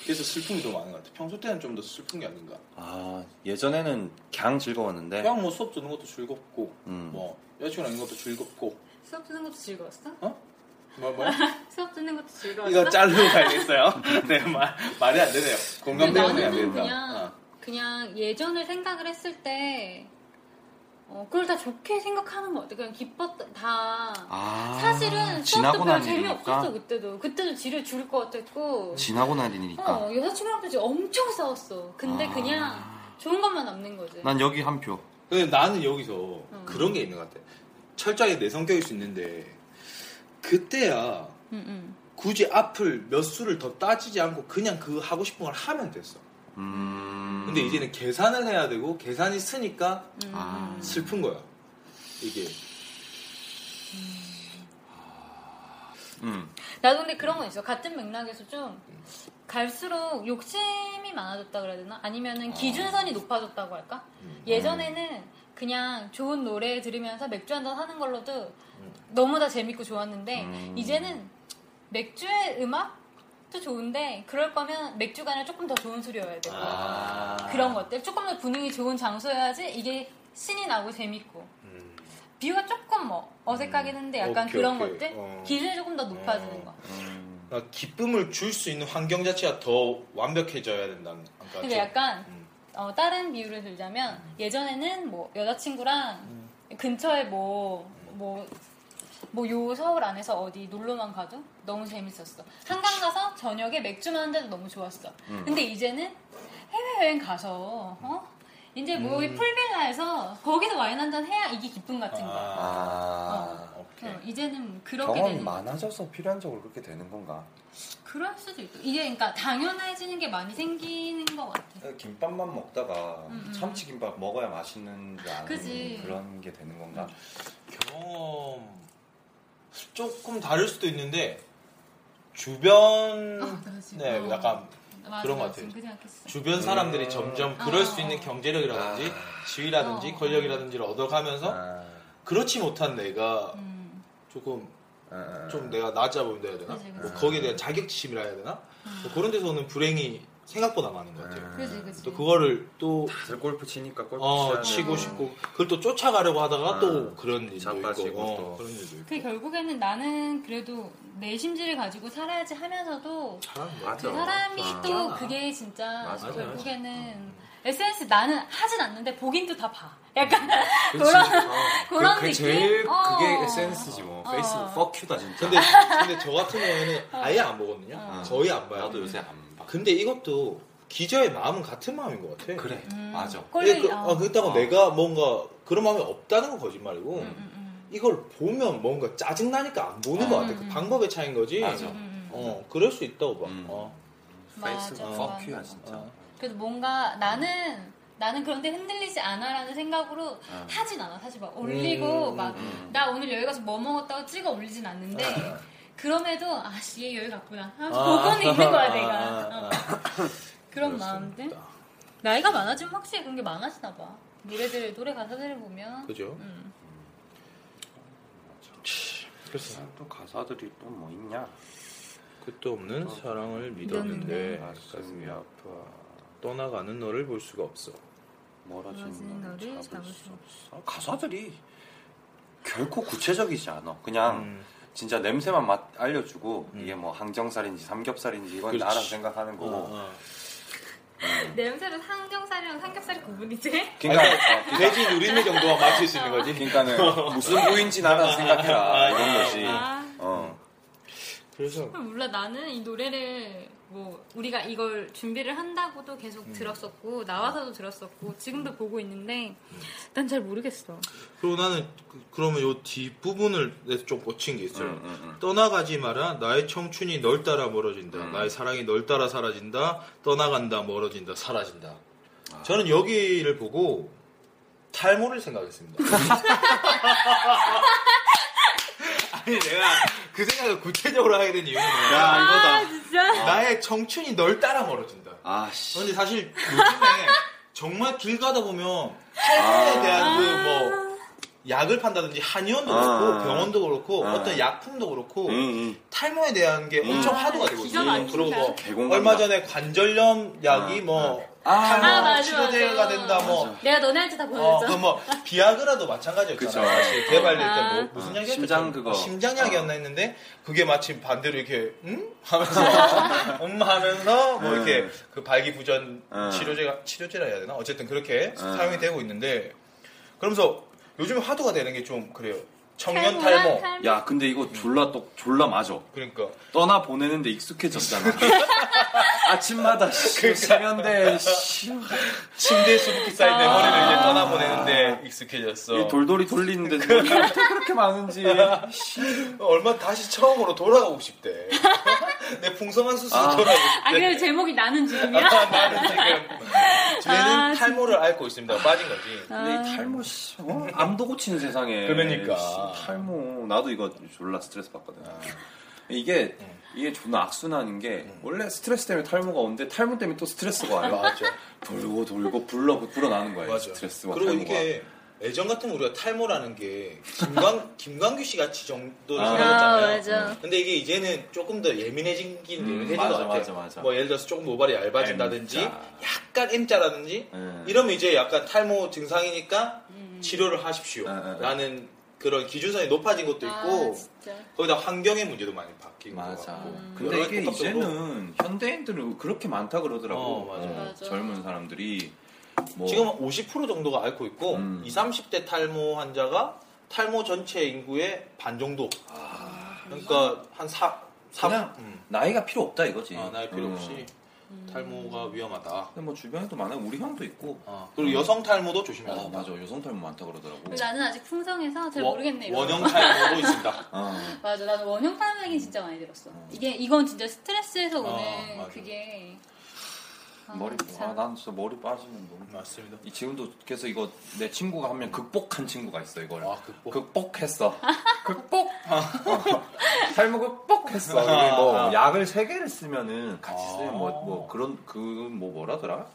Speaker 4: 그래서 슬픔이 더 많은 것 같아요. 평소 때는 좀 더 슬픈 게 아닌가.
Speaker 3: 아, 예전에는 냥 즐거웠는데.
Speaker 4: 그냥 뭐 수업 듣는 것도 즐겁고
Speaker 3: 네. 음.
Speaker 4: 뭐 여자친구랑 있는 것도 즐겁고
Speaker 5: 수업 듣는 것도 즐거웠어?
Speaker 4: 뭐 뭐.
Speaker 5: 수업 듣는 것도 즐거웠어?
Speaker 4: 이거 자르고 가야겠어요. 네, 말, 말이 안 되네요.
Speaker 5: 근데
Speaker 4: 공감대가 안
Speaker 5: 나는
Speaker 4: 된다.
Speaker 5: 그냥,
Speaker 3: 어.
Speaker 4: 아.
Speaker 5: 그냥 예전을 생각을 했을 때, 어, 그걸 다 좋게 생각하는 것 같아. 그냥 기뻤다. 다.
Speaker 3: 아,
Speaker 5: 사실은 수업도
Speaker 3: 지나고
Speaker 5: 별로
Speaker 3: 난
Speaker 5: 재미없었어,
Speaker 3: 일이니까.
Speaker 5: 그때도. 그때도 지를 줄일 것 같았고.
Speaker 3: 지나고 난 일이니까.
Speaker 5: 어, 여자친구랑도 이제 엄청 싸웠어. 근데
Speaker 3: 아.
Speaker 5: 그냥 좋은 것만 남는 거지.
Speaker 3: 난 여기 한 표.
Speaker 4: 근데 나는 여기서
Speaker 5: 어.
Speaker 4: 그런 게 있는 것 같아. 철저하게 내 성격일 수 있는데, 그때야
Speaker 5: 응, 응.
Speaker 4: 굳이 앞을 몇 수를 더 따지지 않고 그냥 그 하고 싶은 걸 하면 됐어.
Speaker 3: 음.
Speaker 4: 근데 이제는 계산을 해야 되고, 계산이 쓰니까
Speaker 5: 음.
Speaker 3: 아.
Speaker 4: 슬픈 거야. 이게.
Speaker 3: 음.
Speaker 5: 나도 근데 그런 건 있어. 같은 맥락에서 좀 갈수록 욕심이 많아졌다 그래야 되나?
Speaker 4: 어.
Speaker 5: 아니면은 기준선이 높아졌다고 할까?
Speaker 4: 음.
Speaker 5: 예전에는 그냥 좋은 노래 들으면서 맥주 한잔 하는 걸로도
Speaker 4: 음.
Speaker 5: 너무 다 재밌고 좋았는데 이제는 맥주의 음악도 좋은데 그럴 거면 맥주가 아니라 조금 더 좋은 소리여야 되고
Speaker 4: 아.
Speaker 5: 그런 것들 조금 더 분위기 좋은 장소여야지 이게 신이 나고 재밌고 비유가 조금 뭐 어색하긴 한데 약간
Speaker 4: 음. 오케이,
Speaker 5: 그런
Speaker 4: 오케이.
Speaker 5: 것들
Speaker 4: 어.
Speaker 5: 기준이 조금 더 높아지는
Speaker 4: 어.
Speaker 5: 것 같아.
Speaker 4: 그러니까 기쁨을 줄 수 있는 환경 자체가 더 완벽해져야 된다는. 아까
Speaker 5: 그러니까
Speaker 4: 좀-
Speaker 5: 약간
Speaker 4: 음.
Speaker 5: 어, 다른 비유를 들자면 예전에는 뭐 여자친구랑
Speaker 4: 음.
Speaker 5: 근처에 뭐 뭐 뭐 요 서울 안에서 어디 놀러만 가도 너무 재밌었어. 한강 가서 저녁에 맥주만 한데도 너무 좋았어.
Speaker 4: 음.
Speaker 5: 근데 이제는 해외여행 가서 어? 이제 뭐
Speaker 4: 음.
Speaker 5: 풀빌라에서 거기서 와인 한 잔 해야 이게 기쁨 같은
Speaker 4: 아,
Speaker 5: 거야.
Speaker 3: 아.
Speaker 5: 어. 어, 이제는 그렇게
Speaker 3: 경험이
Speaker 5: 되는 거야.
Speaker 3: 많아져서 필연적으로 그렇게 되는 건가?
Speaker 5: 그럴 수도 있고 이게 그러니까 당연해지는 게 많이 생기는 것 같아.
Speaker 3: 네, 김밥만 먹다가
Speaker 5: 음.
Speaker 3: 참치김밥 먹어야 맛있는 줄 아는
Speaker 5: 그지.
Speaker 3: 그런 게 되는 건가?
Speaker 4: 경험 조금 다를 수도 있는데 주변 네
Speaker 5: 어.
Speaker 4: 약간
Speaker 5: 맞아,
Speaker 4: 그런 것
Speaker 5: 맞아.
Speaker 4: 같아요.
Speaker 5: 그지 않겠어.
Speaker 4: 주변 사람들이 점점 그럴 수
Speaker 5: 어.
Speaker 4: 있는 경제력이라든지 지위라든지
Speaker 5: 어.
Speaker 4: 권력이라든지를 얻어가면서
Speaker 3: 아.
Speaker 4: 그렇지 못한 내가
Speaker 5: 음.
Speaker 4: 조금
Speaker 3: 아.
Speaker 4: 좀 내가 낮아 보인다 해야 되나
Speaker 5: 그치, 음. 그치.
Speaker 4: 뭐 거기에 대한 자격지심이라 해야 되나 뭐 그런 데서 오는 불행이 생각보다 많은 것 같아요.
Speaker 5: 그지 그지.
Speaker 4: 또 그거를 또
Speaker 3: 다들 골프 치니까 골프
Speaker 4: 어,
Speaker 3: 치야
Speaker 4: 치고
Speaker 3: 되고.
Speaker 4: 싶고 그걸 또 쫓아가려고 하다가
Speaker 3: 아,
Speaker 4: 또 그런 일도 있고
Speaker 3: 자빠지고
Speaker 4: 어,
Speaker 3: 또.
Speaker 4: 그런 일도 있고
Speaker 5: 그 결국에는 나는 그래도 내 심지를 가지고 살아야지 하면서도
Speaker 4: 잘하는 거
Speaker 3: 맞아.
Speaker 5: 그 사람이
Speaker 3: 아.
Speaker 5: 또 그게 진짜
Speaker 3: 맞아. 음,
Speaker 5: 결국에는 SNS 나는 하진 않는데 보긴 또 다 봐. 약간
Speaker 3: 그치.
Speaker 5: 그런-
Speaker 3: 아,
Speaker 5: 그런
Speaker 3: 그게
Speaker 5: 느낌?
Speaker 3: 제일
Speaker 5: 어.
Speaker 3: 그게 SNS지 뭐.
Speaker 5: 어.
Speaker 3: 페이스북 퍽큐다 진짜.
Speaker 4: 근데 근데 저 같은 경우에는 아예 안 보거든요.
Speaker 5: 어.
Speaker 4: 거의 안 봐요. 음.
Speaker 3: 나도 요새 안 봐.
Speaker 4: 근데 이것도 기자의 마음은 같은 마음인 것 같아. 예,
Speaker 3: 그래.
Speaker 5: 음,
Speaker 3: 맞아.
Speaker 5: 꼴리.
Speaker 4: 그,
Speaker 5: 어.
Speaker 4: 아, 그렇다고
Speaker 3: 어.
Speaker 4: 내가 뭔가 그런 마음이 없다는 건 거짓말이고
Speaker 3: 음.
Speaker 5: 음, 음.
Speaker 4: 이걸 보면 뭔가 짜증 나니까 안 보는
Speaker 3: 음.
Speaker 4: 것 같아. 그
Speaker 5: 음.
Speaker 4: 방법의 차인 거지.
Speaker 3: 맞아.
Speaker 5: 음, 음.
Speaker 4: 어, 그럴 수 있다고 봐.
Speaker 3: 음.
Speaker 4: 어.
Speaker 5: 맞아,
Speaker 3: 페이스북
Speaker 5: 맞아.
Speaker 3: 퍽큐야 진짜.
Speaker 4: 어.
Speaker 5: 그래도 뭔가 나는 나는 그런데 흔들리지 않아라는 생각으로
Speaker 3: 어.
Speaker 5: 하진 않아. 사실 막 올리고
Speaker 4: 음,
Speaker 5: 막
Speaker 3: 음.
Speaker 5: 나 오늘 여기 가서 뭐 먹었다고 찍어 올리진 않는데 그럼에도 아씨 얘 여기 갔구나. 하면서
Speaker 4: 아.
Speaker 5: 보고는 있는 거야
Speaker 4: 아,
Speaker 5: 내가.
Speaker 4: 아,
Speaker 5: 어.
Speaker 4: 아.
Speaker 5: 그런
Speaker 4: 그럴 수
Speaker 5: 마음들.
Speaker 4: 있다.
Speaker 5: 나이가 많아지면 확실히 그런 게 많아지나 봐. 노래들 노래 가사들을 보면.
Speaker 4: 그죠?
Speaker 5: 음.
Speaker 4: 그래서
Speaker 3: 또 가사들이 또 뭐 있냐?
Speaker 4: 끝도
Speaker 3: 어.
Speaker 4: 없는 사랑을
Speaker 3: 네,
Speaker 4: 믿었는데 가슴이 아파. 떠나가는 너를 볼 수가 없어.
Speaker 3: 멀어지는
Speaker 5: 멀어지는
Speaker 3: 너를
Speaker 5: 너를
Speaker 3: 잡을
Speaker 5: 잡을
Speaker 3: 수 없어. 가사들이 결코 구체적이지 않아. 그냥
Speaker 4: 음.
Speaker 3: 진짜 냄새만 맛 알려주고
Speaker 4: 음.
Speaker 3: 이게 뭐 항정살인지 삼겹살인지 이건
Speaker 4: 그렇지.
Speaker 3: 나랑 생각하는
Speaker 4: 어,
Speaker 3: 거고.
Speaker 4: 어.
Speaker 5: 냄새로 삼겹살이랑 삼겹살이
Speaker 4: 네.
Speaker 5: 구분이지?
Speaker 3: 그러니까, 어,
Speaker 4: 돼지 누린내 정도와 맞출 수 있는 거지. 아,
Speaker 3: 그러니까, 는 무슨 부인지 나랑 생각해라 이런 거지.
Speaker 5: 아.
Speaker 3: 어.
Speaker 4: 그래서
Speaker 5: 몰라 나는 이 노래를 뭐 우리가 이걸 준비를 한다고도 계속
Speaker 4: 음.
Speaker 5: 들었었고 나와서도 들었었고 지금도 보고 있는데
Speaker 4: 음.
Speaker 5: 난 잘 모르겠어.
Speaker 4: 그리고 나는 그, 그러면 요뒷 부분을 내서 좀 꽂힌 게 있어요.
Speaker 3: 응, 응, 응.
Speaker 4: 떠나가지 마라. 나의 청춘이 널 따라 멀어진다.
Speaker 3: 음.
Speaker 4: 나의 사랑이 널 따라 사라진다. 떠나간다. 멀어진다. 사라진다. 저는 여기를 보고 탈모를 생각했습니다. 아니 내가 그 생각을 구체적으로 하게 된 이유는 뭐냐?
Speaker 5: 아 진짜?
Speaker 4: 나의 청춘이 널 따라 멀어진다.
Speaker 3: 아씨.
Speaker 4: 근데 사실 요즘에 정말 길 가다 보면 탈모에 대한 그 뭐 약을 판다든지 한의원도
Speaker 3: 아.
Speaker 4: 그렇고 병원도 그렇고
Speaker 3: 아. 음.
Speaker 4: 어떤 약품도 그렇고
Speaker 3: 응,
Speaker 4: 탈모에 대한 게 엄청 화두가 되고
Speaker 5: 기가
Speaker 4: 있어요.
Speaker 5: 막힌다.
Speaker 4: 그리고 뭐
Speaker 3: 음, 개공감.
Speaker 4: 얼마 전에 관절염 약이
Speaker 3: 아,
Speaker 4: 뭐
Speaker 3: 아.
Speaker 5: 아,
Speaker 4: 탈모
Speaker 5: 맞아,
Speaker 4: 치료제가
Speaker 5: 맞아.
Speaker 4: 된다 뭐
Speaker 3: 맞아.
Speaker 5: 내가 너네한테 다
Speaker 4: 어,
Speaker 5: 보여줬잖아.
Speaker 4: 그뭐 비아그라도 마찬가지였잖아요.
Speaker 3: 그쵸.
Speaker 4: 사실 개발될 때 뭐
Speaker 5: 아.
Speaker 4: 무슨
Speaker 3: 아,
Speaker 4: 약이었죠?
Speaker 3: 심장 그거.
Speaker 4: 심장약이었나
Speaker 3: 어.
Speaker 4: 했는데 그게 마침 반대로 이렇게 음
Speaker 3: 어.
Speaker 4: 하면서 음 하면서 뭐
Speaker 3: 음.
Speaker 4: 이렇게 그 발기부전
Speaker 3: 음.
Speaker 4: 치료제가 치료제라 해야 되나? 어쨌든 그렇게
Speaker 3: 음.
Speaker 4: 사용이 되고 있는데 그러면서 요즘 화두가 되는 게 좀 그래요. 청년
Speaker 5: 탈모랑
Speaker 4: 탈모.
Speaker 5: 탈모.
Speaker 3: 야, 근데 이거 졸라 또 졸라 맞아.
Speaker 4: 그러니까
Speaker 3: 떠나 보내는데 익숙해졌잖아. 아침마다 씨,
Speaker 4: 그러니까.
Speaker 3: 세면대 씨,
Speaker 4: 침대 수북히 쌓인 내 머리를 이제 떠나보내는데 익숙해졌어.
Speaker 3: 아.
Speaker 4: 아.
Speaker 3: 이 돌돌이 돌리는데 머리가 왜 이렇게 그렇게 많은지.
Speaker 4: 얼마 다시 처음으로 돌아가고 싶대. 내 풍성한 수술
Speaker 3: 아.
Speaker 4: 돌아가고
Speaker 5: 아
Speaker 4: 싶대.
Speaker 5: 그래서 제목이 나는 지금이야?
Speaker 4: 아, 나는 지금 쟤는
Speaker 5: 아,
Speaker 4: 탈모를 앓고 있습니다. 빠진 거지.
Speaker 3: 근데 이 탈모 씨, 어? 암도 고치는 세상에.
Speaker 4: 그러니까. 아.
Speaker 3: 씨, 탈모. 나도 이거 졸라 스트레스 받거든. 이게
Speaker 4: 음.
Speaker 3: 이게 존나 악순환인 게 원래 스트레스 때문에 탈모가 오는데 탈모 때문에 또 스트레스가 와요.
Speaker 4: 맞아.
Speaker 3: 돌고 돌고 불러 불어나는 거예요. 아, 스트레스와
Speaker 4: 그리고
Speaker 3: 탈모가.
Speaker 4: 이게 예전 같으면 우리가 탈모라는 게 김광 김광규 씨 같이 정도
Speaker 3: 아.
Speaker 4: 생각했잖아요. 음.
Speaker 5: 맞아.
Speaker 4: 근데 이게 이제는 조금 더 예민해진긴
Speaker 3: 음,
Speaker 4: 예민해진
Speaker 3: 맞아,
Speaker 4: 것 같아요.
Speaker 3: 맞아, 맞아.
Speaker 4: 뭐 예를 들어서 조금 모발이 얇아진다든지
Speaker 3: M자.
Speaker 4: 약간 M자라든지
Speaker 3: 음.
Speaker 4: 이러면 이제 약간 탈모 증상이니까
Speaker 5: 음.
Speaker 4: 치료를 하십시오.
Speaker 3: 음, 음.
Speaker 4: 라는 그런 기준선이 높아진 것도 있고
Speaker 5: 아, 진짜.
Speaker 4: 거기다 환경의 문제도 많이 바뀐 것
Speaker 3: 맞아.
Speaker 4: 같고
Speaker 3: 근데
Speaker 4: 여러
Speaker 3: 이게
Speaker 4: 복합적으로
Speaker 3: 이제는 현대인들은 그렇게 많다 그러더라고.
Speaker 4: 어, 맞아.
Speaker 5: 맞아.
Speaker 3: 젊은 사람들이 뭐
Speaker 4: 지금 50% 정도가 앓고 있고
Speaker 3: 음.
Speaker 4: 20, 30대 탈모 환자가 탈모 전체 인구의 반 정도. 그러니까 한 4, 3
Speaker 3: 아. 그냥 나이가 필요 없다 이거지.
Speaker 4: 아, 나이 필요
Speaker 3: 음.
Speaker 4: 없이 탈모가 위험하다.
Speaker 3: 근데 뭐 주변에도 많아요. 우리 형도 있고.
Speaker 4: 어, 그리고 여성 탈모도 조심해야
Speaker 3: 아,
Speaker 4: 된다.
Speaker 3: 맞아. 여성 탈모 많다 그러더라고.
Speaker 5: 나는 아직 풍성해서 잘
Speaker 4: 워-
Speaker 5: 모르겠네. 이런
Speaker 4: 원형 탈모도 있습니다.
Speaker 3: 아,
Speaker 5: 맞아, 나도 원형 탄맥이 진짜 많이 들었어. 이게 이건 진짜 스트레스에서
Speaker 4: 어,
Speaker 5: 오는
Speaker 4: 음. 맞아. 뭐
Speaker 5: 그게 아,
Speaker 3: 머리 아,
Speaker 5: 참.
Speaker 3: 난 진짜 머리 빠지는 너무.
Speaker 4: 맞습니다.
Speaker 3: 이 지금도 그래서 이거 내 친구가 한 명 극복한 친구가 있어 이걸.
Speaker 4: 아, 극복.
Speaker 3: 극복했어. 극복. 탈모 극복했어. 근데 뭐
Speaker 4: 아.
Speaker 3: 약을 세 개를 쓰면은 같이
Speaker 4: 아.
Speaker 3: 쓰면 뭐, 뭐 그런 그 뭐 뭐라더라.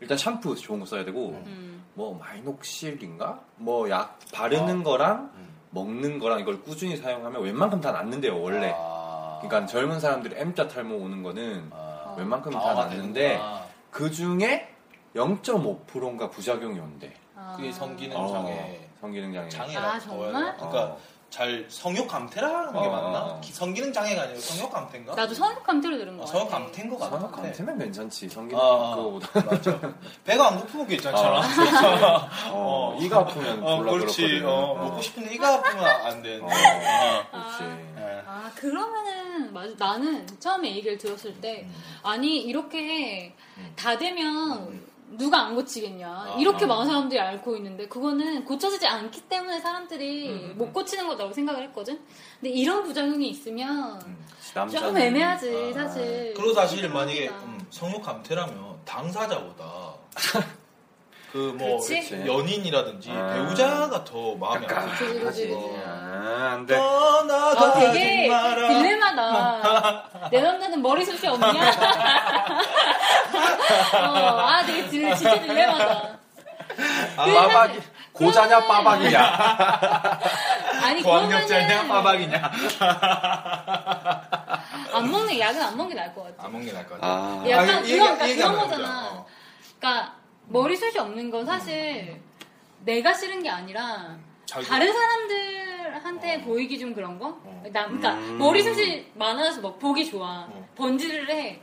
Speaker 3: 일단 샴푸 좋은 거 써야 되고
Speaker 5: 음.
Speaker 3: 뭐 마이녹실인가? 뭐 약 바르는 거랑
Speaker 4: 음.
Speaker 3: 먹는 거랑 이걸 꾸준히 사용하면 웬만큼 다 낫는데요 원래.
Speaker 4: 아,
Speaker 3: 그러니까 젊은 사람들이 M자 탈모 오는 거는
Speaker 4: 아,
Speaker 3: 웬만큼 다
Speaker 4: 방어가
Speaker 3: 났는데
Speaker 4: 되는구나.
Speaker 3: 그 중에 0.5%인가 부작용이 온대.
Speaker 5: 아.
Speaker 4: 그게 성기능
Speaker 3: 어,
Speaker 4: 장애
Speaker 3: 성기능 장애.
Speaker 4: 장애라고
Speaker 5: 아, 정말?
Speaker 4: 해야 되나? 그러니까
Speaker 3: 어.
Speaker 4: 잘 성욕 감퇴라는 게
Speaker 3: 어.
Speaker 4: 맞나? 기- 성기능 장애가 아니라 성욕 감퇴인가?
Speaker 5: 나도 성욕감퇴로 들은 거
Speaker 4: 어,
Speaker 5: 같아.
Speaker 4: 성욕 감퇴인 것 같아.
Speaker 3: 성악 감퇴면 괜찮지. 성기능
Speaker 4: 아.
Speaker 3: 그거보다.
Speaker 4: 맞죠. 배가 안 고픈 게 있잖아. 어,
Speaker 3: 어,
Speaker 4: 어.
Speaker 3: 이가 아프면
Speaker 4: 어,
Speaker 3: 졸라
Speaker 4: 그렇지.
Speaker 3: 그렇거든.
Speaker 4: 어, 먹고 싶은데 이가 아프면 안
Speaker 3: 어,
Speaker 4: 되는데.
Speaker 3: 그렇지.
Speaker 4: 예.
Speaker 5: 아, 그러면은, 맞아. 나는 처음에 이 얘기를 들었을 때, 아니, 이렇게
Speaker 4: 음.
Speaker 5: 다 되면 누가 안 고치겠냐.
Speaker 4: 아,
Speaker 5: 이렇게 많은 사람들이 앓고 있는데, 그거는 고쳐지지 않기 때문에
Speaker 4: 음,
Speaker 5: 사람들이 못 고치는 거라고 생각을 했거든? 근데 이런 부작용이 있으면
Speaker 3: 음, 남자는
Speaker 5: 조금 애매하지,
Speaker 3: 아.
Speaker 5: 사실.
Speaker 4: 음. 그리고 사실 만약에
Speaker 5: 그러니까.
Speaker 4: 음, 성욕 감퇴라면 당사자보다 그 뭐
Speaker 5: 그렇지?
Speaker 3: 그치.
Speaker 4: 연인이라든지
Speaker 3: 아.
Speaker 4: 배우자가 더 마음이 안
Speaker 5: 그치, 그치,
Speaker 4: 들지.
Speaker 5: 그치.
Speaker 3: 아, 안
Speaker 4: 어.
Speaker 3: 돼.
Speaker 4: 떠나가지
Speaker 5: 아, 되게
Speaker 4: 마라.
Speaker 5: 딜레마다. 내 남자는 머리숱이 없냐? 어, 아, 되게 딜, 진짜 딜레마다.
Speaker 3: 아,
Speaker 5: 그
Speaker 3: 빠박이. 고자냐 빠박이냐.
Speaker 5: 아니,
Speaker 4: 고학력자냐
Speaker 5: 그러면은
Speaker 4: 빠박이냐
Speaker 5: 안 먹는, 약은 안 먹는 게 나을 것 같아.
Speaker 4: 안 먹는 게 나을 것 같아.
Speaker 3: 아.
Speaker 5: 약간
Speaker 4: 아니,
Speaker 5: 그런,
Speaker 4: 이해가-
Speaker 5: 그러니까
Speaker 4: 이해가
Speaker 5: 그런
Speaker 4: 안 가죠.
Speaker 5: 거잖아.
Speaker 4: 어.
Speaker 5: 그러니까 머리숱이 없는 건 사실 내가 싫은 게 아니라
Speaker 4: 자기- 어.
Speaker 5: 다른 사람들한테 보이기 좀 그런 거? 나, 그러니까
Speaker 3: 음.
Speaker 5: 머리숱이 많아서 막 보기 좋아.
Speaker 4: 어.
Speaker 5: 번지를 해.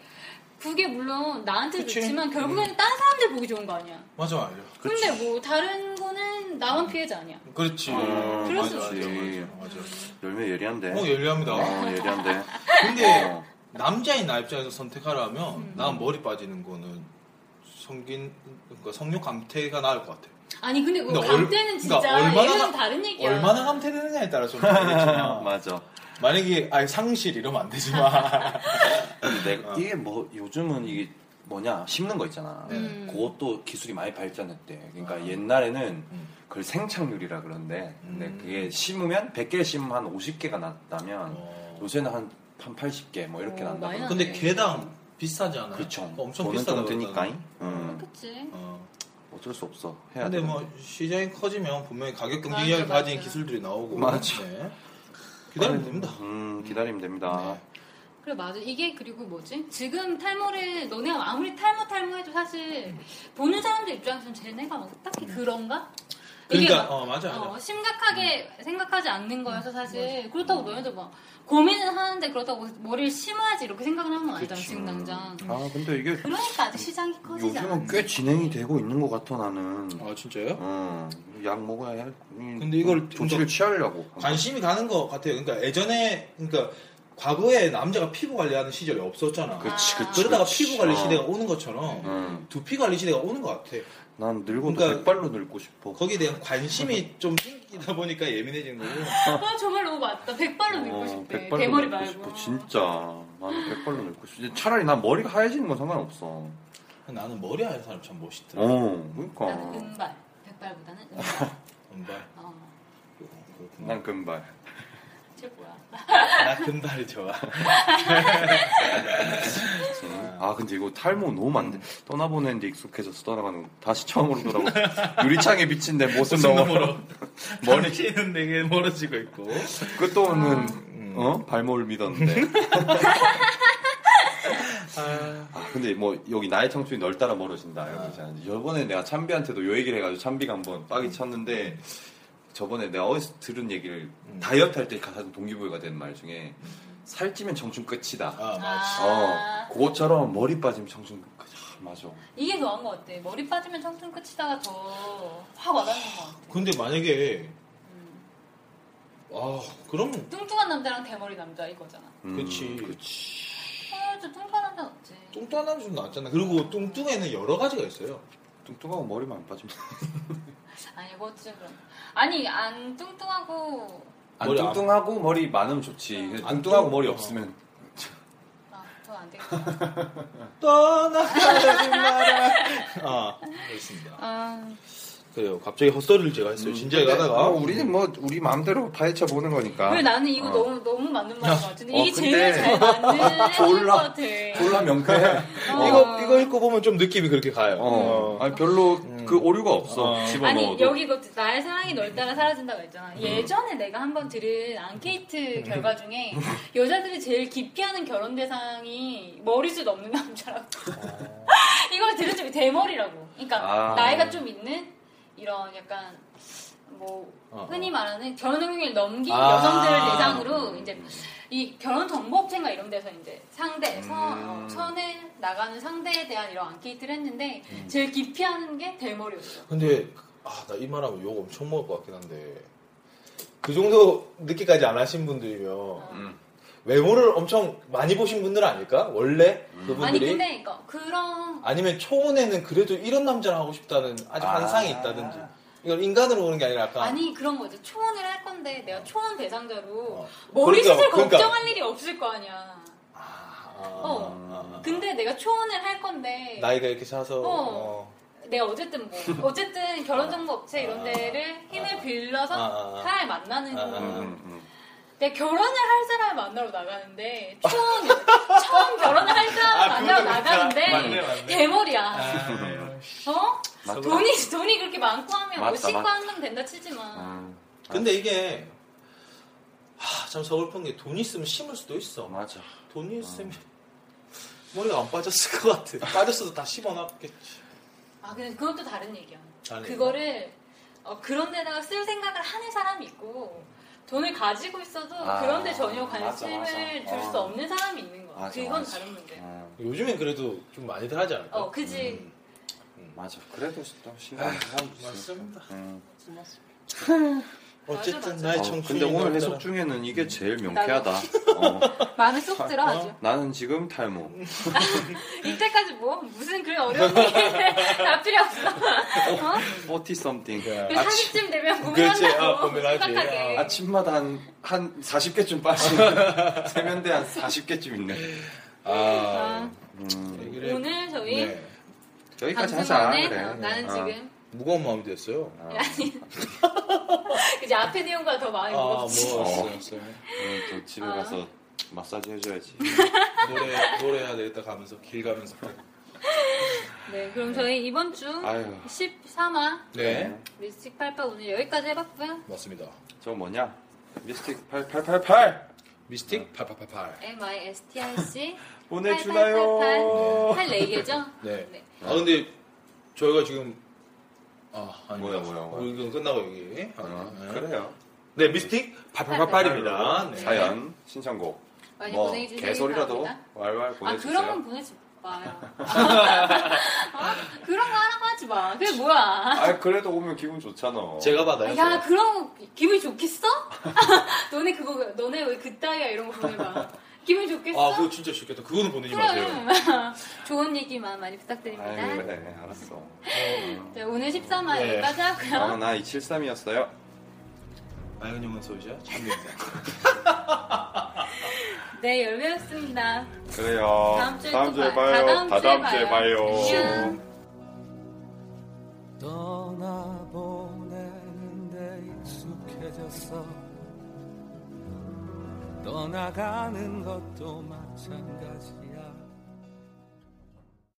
Speaker 5: 그게 물론 나한테
Speaker 4: 그치. 음.
Speaker 5: 좋지만 결국에는 다른 사람들 보기 좋은 거 아니야.
Speaker 4: 맞아 맞아.
Speaker 5: 근데 뭐 다른 거는
Speaker 4: 음.
Speaker 5: 나만 피해자 아니야.
Speaker 4: 그렇지.
Speaker 5: 그럴
Speaker 4: 맞아, 어,
Speaker 5: 수도
Speaker 3: 있지.
Speaker 4: 맞아, 맞아,
Speaker 3: 열매 예리한데.
Speaker 4: 맞아. 어 열리합니다.
Speaker 3: 어, 예리한데.
Speaker 4: 근데
Speaker 3: 어.
Speaker 4: 남자인 나 입장에서 선택하라면 난 머리 빠지는 거는 성긴 그러니까 성욕 감퇴가 나을 것 같아.
Speaker 5: 아니 근데 그
Speaker 4: 근데 얼-
Speaker 5: 감때는 진짜
Speaker 4: 그러니까 얼마나
Speaker 5: 얘는
Speaker 4: 가-
Speaker 5: 다른 얘기야.
Speaker 4: 얼마나 감퇴되느냐에 따라서 좀 다르겠지만
Speaker 3: 어, 맞아.
Speaker 4: 만약에 아예 상실 이러면 안 되지만
Speaker 3: 근데 내가 이게 뭐 요즘은 이게 뭐냐 심는 거 있잖아.
Speaker 5: 음.
Speaker 3: 그것도 기술이 많이 발전했대. 그러니까 옛날에는
Speaker 4: 음.
Speaker 3: 그걸 생착률이라 그런데 근데
Speaker 4: 음.
Speaker 3: 그게 심으면 100개 심으면 한 50개가 났다면 요새는 한, 한 80개 뭐 이렇게
Speaker 5: 오,
Speaker 3: 난다.
Speaker 5: 많이
Speaker 3: 그러는데
Speaker 4: 어. 근데 개당 비싸지 않아요? 그러니까
Speaker 3: 그렇죠.
Speaker 4: 엄청
Speaker 3: 돈은
Speaker 4: 비싸다
Speaker 3: 좀 드니까. 음.
Speaker 5: 그치.
Speaker 4: 어.
Speaker 3: 어쩔 수 없어. 해야
Speaker 4: 근데
Speaker 3: 돼.
Speaker 4: 뭐 시장이 커지면 분명히 가격
Speaker 5: 맞아,
Speaker 4: 경쟁력을
Speaker 5: 맞아.
Speaker 4: 가진 기술들이 나오고
Speaker 3: 맞아.
Speaker 4: 네. 기다리면 됩니다.
Speaker 3: 음, 기다리면
Speaker 5: 네.
Speaker 3: 됩니다.
Speaker 5: 그래 맞아 이게 그리고 뭐지 지금 탈모를 너네 아무리 탈모 탈모해도 사실 보는 사람들 입장에서는 쟤네가 뭐 딱히 그런가 이게
Speaker 4: 그러니까
Speaker 5: 막,
Speaker 4: 어 맞아 맞아.
Speaker 5: 어, 심각하게
Speaker 3: 음.
Speaker 5: 생각하지 않는 거여서 사실 그렇다고 너네도 막 고민은 하는데 그렇다고 머리를 심어야지 이렇게 생각을 하는 건 아니잖아 지금 당장
Speaker 3: 아 근데 이게
Speaker 5: 그러니까 아직 시장이 커지지 않아
Speaker 3: 요즘은 꽤 진행이 되고 있는 것 같아 나는.
Speaker 4: 아 진짜요?
Speaker 3: 어, 약 먹어야 해. 근데
Speaker 4: 이걸
Speaker 3: 조치를
Speaker 4: 좀 더-
Speaker 3: 취하려고.
Speaker 4: 관심이 가는 것 같아요. 그러니까 예전에 그러니까 과거에 남자가 피부 관리하는 시절이 없었잖아.
Speaker 3: 그치, 그치.
Speaker 4: 그러다가
Speaker 3: 그치.
Speaker 4: 피부 관리
Speaker 3: 어.
Speaker 4: 시대가 오는 것처럼
Speaker 3: 음.
Speaker 4: 두피 관리 시대가 오는 것 같아.
Speaker 3: 난 늙어도
Speaker 4: 그러니까-
Speaker 3: 백발로 늙고 싶어.
Speaker 4: 거기에 대한 관심이 좀 생기다 보니까 예민해지는 거고.
Speaker 5: 아 정말 너무 맞다 백발로 늙고
Speaker 3: 어,
Speaker 5: 싶대
Speaker 3: 백발로
Speaker 5: 대머리
Speaker 3: 늙고
Speaker 5: 말고
Speaker 3: 싶어. 진짜. 나는 백발로 늙고 싶어. 차라리 난 머리가 하얘지는 건 상관없어.
Speaker 4: 나는 머리 하는 사람 참 멋있더라.
Speaker 3: 어, 그러니까.
Speaker 5: 나는 은발 백발보다는 은발
Speaker 4: 금발.
Speaker 5: 어,
Speaker 4: 그렇구나.
Speaker 3: 난 금발.
Speaker 5: 최고야
Speaker 4: 나 금발이 좋아.
Speaker 3: 아, 근데 이거 탈모 너무 많네. 떠나보내는데 익숙해져서 떠나가는 거. 다시 처음으로 돌아가. 유리창에 비친 내 모습 너머로.
Speaker 4: 머리 키는 되게 멀어지고 있고.
Speaker 3: 그
Speaker 4: 아.
Speaker 3: 또는, 어? 발모를 믿었는데. 아, 근데 뭐, 여기 나의 청춘이 널 따라 멀어진다. 여기 있잖아. 저번에 내가 참비한테도 요 얘기를 해가지고 참비가 한번
Speaker 4: 음.
Speaker 3: 빠기 쳤는데, 저번에 내가 어디서 들은 얘기를
Speaker 4: 음.
Speaker 3: 다이어트 할 때 가장 동기부여가 되는 말 중에, 살찌면 청춘 끝이다.
Speaker 4: 아 맞지.
Speaker 5: 아.
Speaker 3: 어, 그것처럼 머리 빠지면 청춘 끝. 아, 맞아.
Speaker 5: 이게 더한 것 같아. 머리 빠지면 청춘 끝이다가 더 확 와닿는 것 같아.
Speaker 4: 근데 만약에 아 그럼
Speaker 5: 뚱뚱한 남자랑 대머리 남자 이거잖아.
Speaker 3: 음,
Speaker 4: 그치.
Speaker 3: 그치.
Speaker 5: 아, 저 뚱뚱한 남자 없지.
Speaker 4: 뚱뚱한 남자 좀 낫잖아. 그리고 뚱뚱에는 여러 가지가 있어요.
Speaker 3: 뚱뚱하고 머리만 안 빠지면.
Speaker 5: 아니, 뭐 어쩌지 그럼. 아니, 안 뚱뚱하고.
Speaker 3: 안
Speaker 4: 머리 안-
Speaker 3: 뚱뚱하고 머리 많으면 좋지. 근데
Speaker 4: 안
Speaker 3: 뚱뚱하고
Speaker 4: 뚱-
Speaker 3: 머리
Speaker 4: 어.
Speaker 3: 없으면.
Speaker 5: 아, 더안 되겠다.
Speaker 4: 떠나가지 마라. 아, 그렇습니다.
Speaker 5: 아,
Speaker 4: 그래요. 갑자기 헛소리를 제가
Speaker 3: 음.
Speaker 4: 했어요. 진지하게 하다가.
Speaker 3: 우리는 뭐 우리 마음대로 파헤쳐 보는 거니까.
Speaker 5: 왜 나는 이거
Speaker 3: 어.
Speaker 5: 너무, 너무 맞는 말인 것 같은데.
Speaker 3: 어,
Speaker 5: 이게
Speaker 3: 근데-
Speaker 5: 제일 잘 맞는
Speaker 3: 졸라-
Speaker 5: 것 같아.
Speaker 3: 졸라 명쾌해.
Speaker 5: 어.
Speaker 4: 아. 이거, 이거 읽고 보면 좀 느낌이 그렇게 가요.
Speaker 3: 어. 아니 별로 그 오류가 없어.
Speaker 4: 아.
Speaker 5: 음. 아니
Speaker 3: 집어넣어도. 음.
Speaker 5: 여기 그 나의 사랑이 넓다가 사라진다고 했잖아. 예전에 내가 한번 들은 앙케이트 결과 중에 여자들이 제일 기피하는 결혼 대상이 머리숱 없는 남자라고. 이걸 들은 적이 대머리라고. 그러니까
Speaker 3: 어. 아.
Speaker 5: 나이가 좀 있는 이런 약간 뭐
Speaker 9: 어,
Speaker 5: 흔히 말하는 결혼 흥률 넘긴
Speaker 9: 아.
Speaker 5: 여성들을 대상으로 이제 이 결혼 정보업체인가 이런 데서 이제 상대
Speaker 3: 음.
Speaker 5: 선, 어, 선에 나가는 상대에 대한 이런 앙케이트를 했는데
Speaker 3: 음.
Speaker 5: 제일 기피하는 게 대머리였어.
Speaker 4: 근데 아, 나 이 말하면 욕 엄청 먹을 것 같긴 한데 그 정도 늦게까지 안 하신 분들이면
Speaker 3: 음.
Speaker 4: 외모를 엄청 많이 보신 분들 아닐까? 원래
Speaker 3: 음.
Speaker 5: 아니
Speaker 4: 그분들이
Speaker 5: 근데 그러니까 그런
Speaker 4: 아니면 초혼에는 그래도 이런 남자를 하고 싶다는 아주
Speaker 3: 아.
Speaker 4: 환상이 있다든지 이건 인간으로 보는 게 아니라 약간
Speaker 5: 아니 그런 거지 초혼을 할 건데 내가 초혼 대상자로
Speaker 4: 어.
Speaker 5: 머리숱을
Speaker 4: 그러니까, 그러니까.
Speaker 5: 걱정할 일이 없을 거 아니야. 어. 근데 내가 초혼을 할 건데
Speaker 4: 아, 나이가 이렇게 차서
Speaker 5: 어.
Speaker 4: 어.
Speaker 5: 내가 어쨌든 뭐 어쨌든 결혼정보업체 이런
Speaker 4: 아.
Speaker 5: 데를 힘을 빌려서
Speaker 4: 아, 아.
Speaker 5: 사람을 만나는
Speaker 4: 아, 아,
Speaker 3: 음, 음.
Speaker 5: 내가 결혼을 할 사람을 만나러 나가는데 초혼 처음 결혼을 할
Speaker 4: 아,
Speaker 5: 사람을 만나러 나가는데
Speaker 9: 맞네, 맞네.
Speaker 5: 대머리야.
Speaker 9: 아,
Speaker 5: 어?
Speaker 3: 맞다.
Speaker 5: 돈이 돈이 그렇게 많고 하면 뭐
Speaker 3: 맞다,
Speaker 5: 신고
Speaker 3: 맞다.
Speaker 5: 한 명 된다 치지만
Speaker 3: 음.
Speaker 4: 근데 이게 하, 참 서글픈 게 돈 있으면 심을 수도 있어
Speaker 3: 맞아.
Speaker 4: 돈이 있으면 머리가 안 빠졌을 것 같아 빠졌어도 다 씹어놨겠지
Speaker 5: 아 근데 그것도 다른 얘기야.
Speaker 4: 다른
Speaker 5: 그거를 어, 그런 데다가 쓸 생각을 하는 사람이 있고 돈을 가지고 있어도
Speaker 3: 아,
Speaker 5: 그런데 전혀
Speaker 3: 맞아,
Speaker 5: 관심을
Speaker 3: 맞아.
Speaker 5: 줄 수
Speaker 3: 어.
Speaker 5: 없는 사람이 있는 거야.
Speaker 3: 맞아,
Speaker 5: 그건
Speaker 3: 맞아.
Speaker 5: 다른 문제야.
Speaker 3: 음,
Speaker 4: 요즘엔 그래도 좀 많이들 하지 않을까?
Speaker 5: 어, 그지.
Speaker 3: 맞아. 그래도 또 신기한 사람도 있으니까.
Speaker 4: 맞습니다.
Speaker 3: 음.
Speaker 4: 어쨌든
Speaker 5: 맞아.
Speaker 4: 나의
Speaker 3: 어,
Speaker 4: 청춘이
Speaker 3: 근데 오늘
Speaker 4: 남자라.
Speaker 3: 해석 중에는 이게 제일 명쾌하다. 어,
Speaker 5: 마음에 쏙 들어 아주.
Speaker 3: 나는 지금 탈모.
Speaker 5: 이때까지 뭐 무슨 그런 어려운 얘기를 다 필요 없어. 어?
Speaker 3: 40 something.
Speaker 5: 그 사기쯤 되면
Speaker 4: 그렇지, 어,
Speaker 5: 고민한다고
Speaker 4: 고민하지.
Speaker 5: 심각하게.
Speaker 3: 아침마다 한, 한 40개쯤 빠지는 세면대 한 40개쯤 있네.
Speaker 4: 아,
Speaker 3: 음,
Speaker 4: 얘기를
Speaker 5: 오늘 저희
Speaker 4: 네.
Speaker 3: 여기까지 하자.
Speaker 5: 방송원에
Speaker 3: 그래.
Speaker 5: 어, 나는
Speaker 3: 어,
Speaker 5: 지금
Speaker 4: 무거운 마음이 됐어요.
Speaker 3: 어,
Speaker 5: 이제 앞에 내용과 더 마음이
Speaker 4: 아, 뭐
Speaker 5: 무겁지.
Speaker 4: 없어요, 없어요.
Speaker 3: 오늘 또 집에
Speaker 5: 어.
Speaker 3: 가서 마사지 해줘야지.
Speaker 4: 노래 노래해야 되겠다 가면서 길 가면서.
Speaker 5: 네, 그럼 저희 이번 주
Speaker 3: 뭐. 아유.
Speaker 5: 13화
Speaker 4: 네,
Speaker 5: 미스틱 팔팔 오늘 여기까지 해봤고요.
Speaker 4: 맞습니다.
Speaker 3: 저 뭐냐? 미스틱 8888! 아.
Speaker 4: 미스틱 8888.
Speaker 5: M I S T I C
Speaker 3: 보내주나요?
Speaker 5: 팔 네 개죠?
Speaker 4: 네. 아 근데 저희가 지금 아 아니
Speaker 3: 뭐야, 뭐야, 뭐야.
Speaker 4: 이건 끝나고 여기. 아,
Speaker 3: 어,
Speaker 4: 네.
Speaker 3: 그래요.
Speaker 4: 네 미스틱 8888입니다. 네.
Speaker 3: 사연, 신청곡.
Speaker 5: 많이
Speaker 3: 뭐,
Speaker 5: 보내주시기
Speaker 3: 개소리라도
Speaker 5: 바랍니다.
Speaker 3: 왈왈
Speaker 5: 아
Speaker 3: 보내주세요.
Speaker 5: 그런 건 보내지 마요. 아, 그런 거 하라고 하지 마. 그게 뭐야?
Speaker 3: 아, 그래도 오면 기분 좋잖아.
Speaker 4: 제가 받아요.
Speaker 5: 야
Speaker 4: 제가.
Speaker 5: 그런 거 기분 좋겠어? 너네 그거 너네 왜 그따위야 이런 거 보내봐. 기분 좋겠어?
Speaker 4: 아 그거 진짜 좋겠다. 그거는 보내지 마세요.
Speaker 5: 그럼 좋은 얘기만 많이 부탁드립니다.
Speaker 3: 아유, 그래, 알았어.
Speaker 5: 네, 오늘 13화
Speaker 4: 네.
Speaker 5: 여기까지 하고요.
Speaker 3: 아, 나 273이었어요.
Speaker 4: 아연님은 소유자 참입니다.
Speaker 5: 네, 열매였습니다.
Speaker 3: 그래요.
Speaker 5: 다음 주에 또
Speaker 3: 주에
Speaker 5: 봐-
Speaker 3: 봐요.
Speaker 5: 다다음 주에
Speaker 3: 다다음 주에
Speaker 5: 봐요.
Speaker 3: 봐요.
Speaker 5: 안녕.
Speaker 2: 떠나보내는데 익숙해졌어 떠나가는 것도 마찬가지야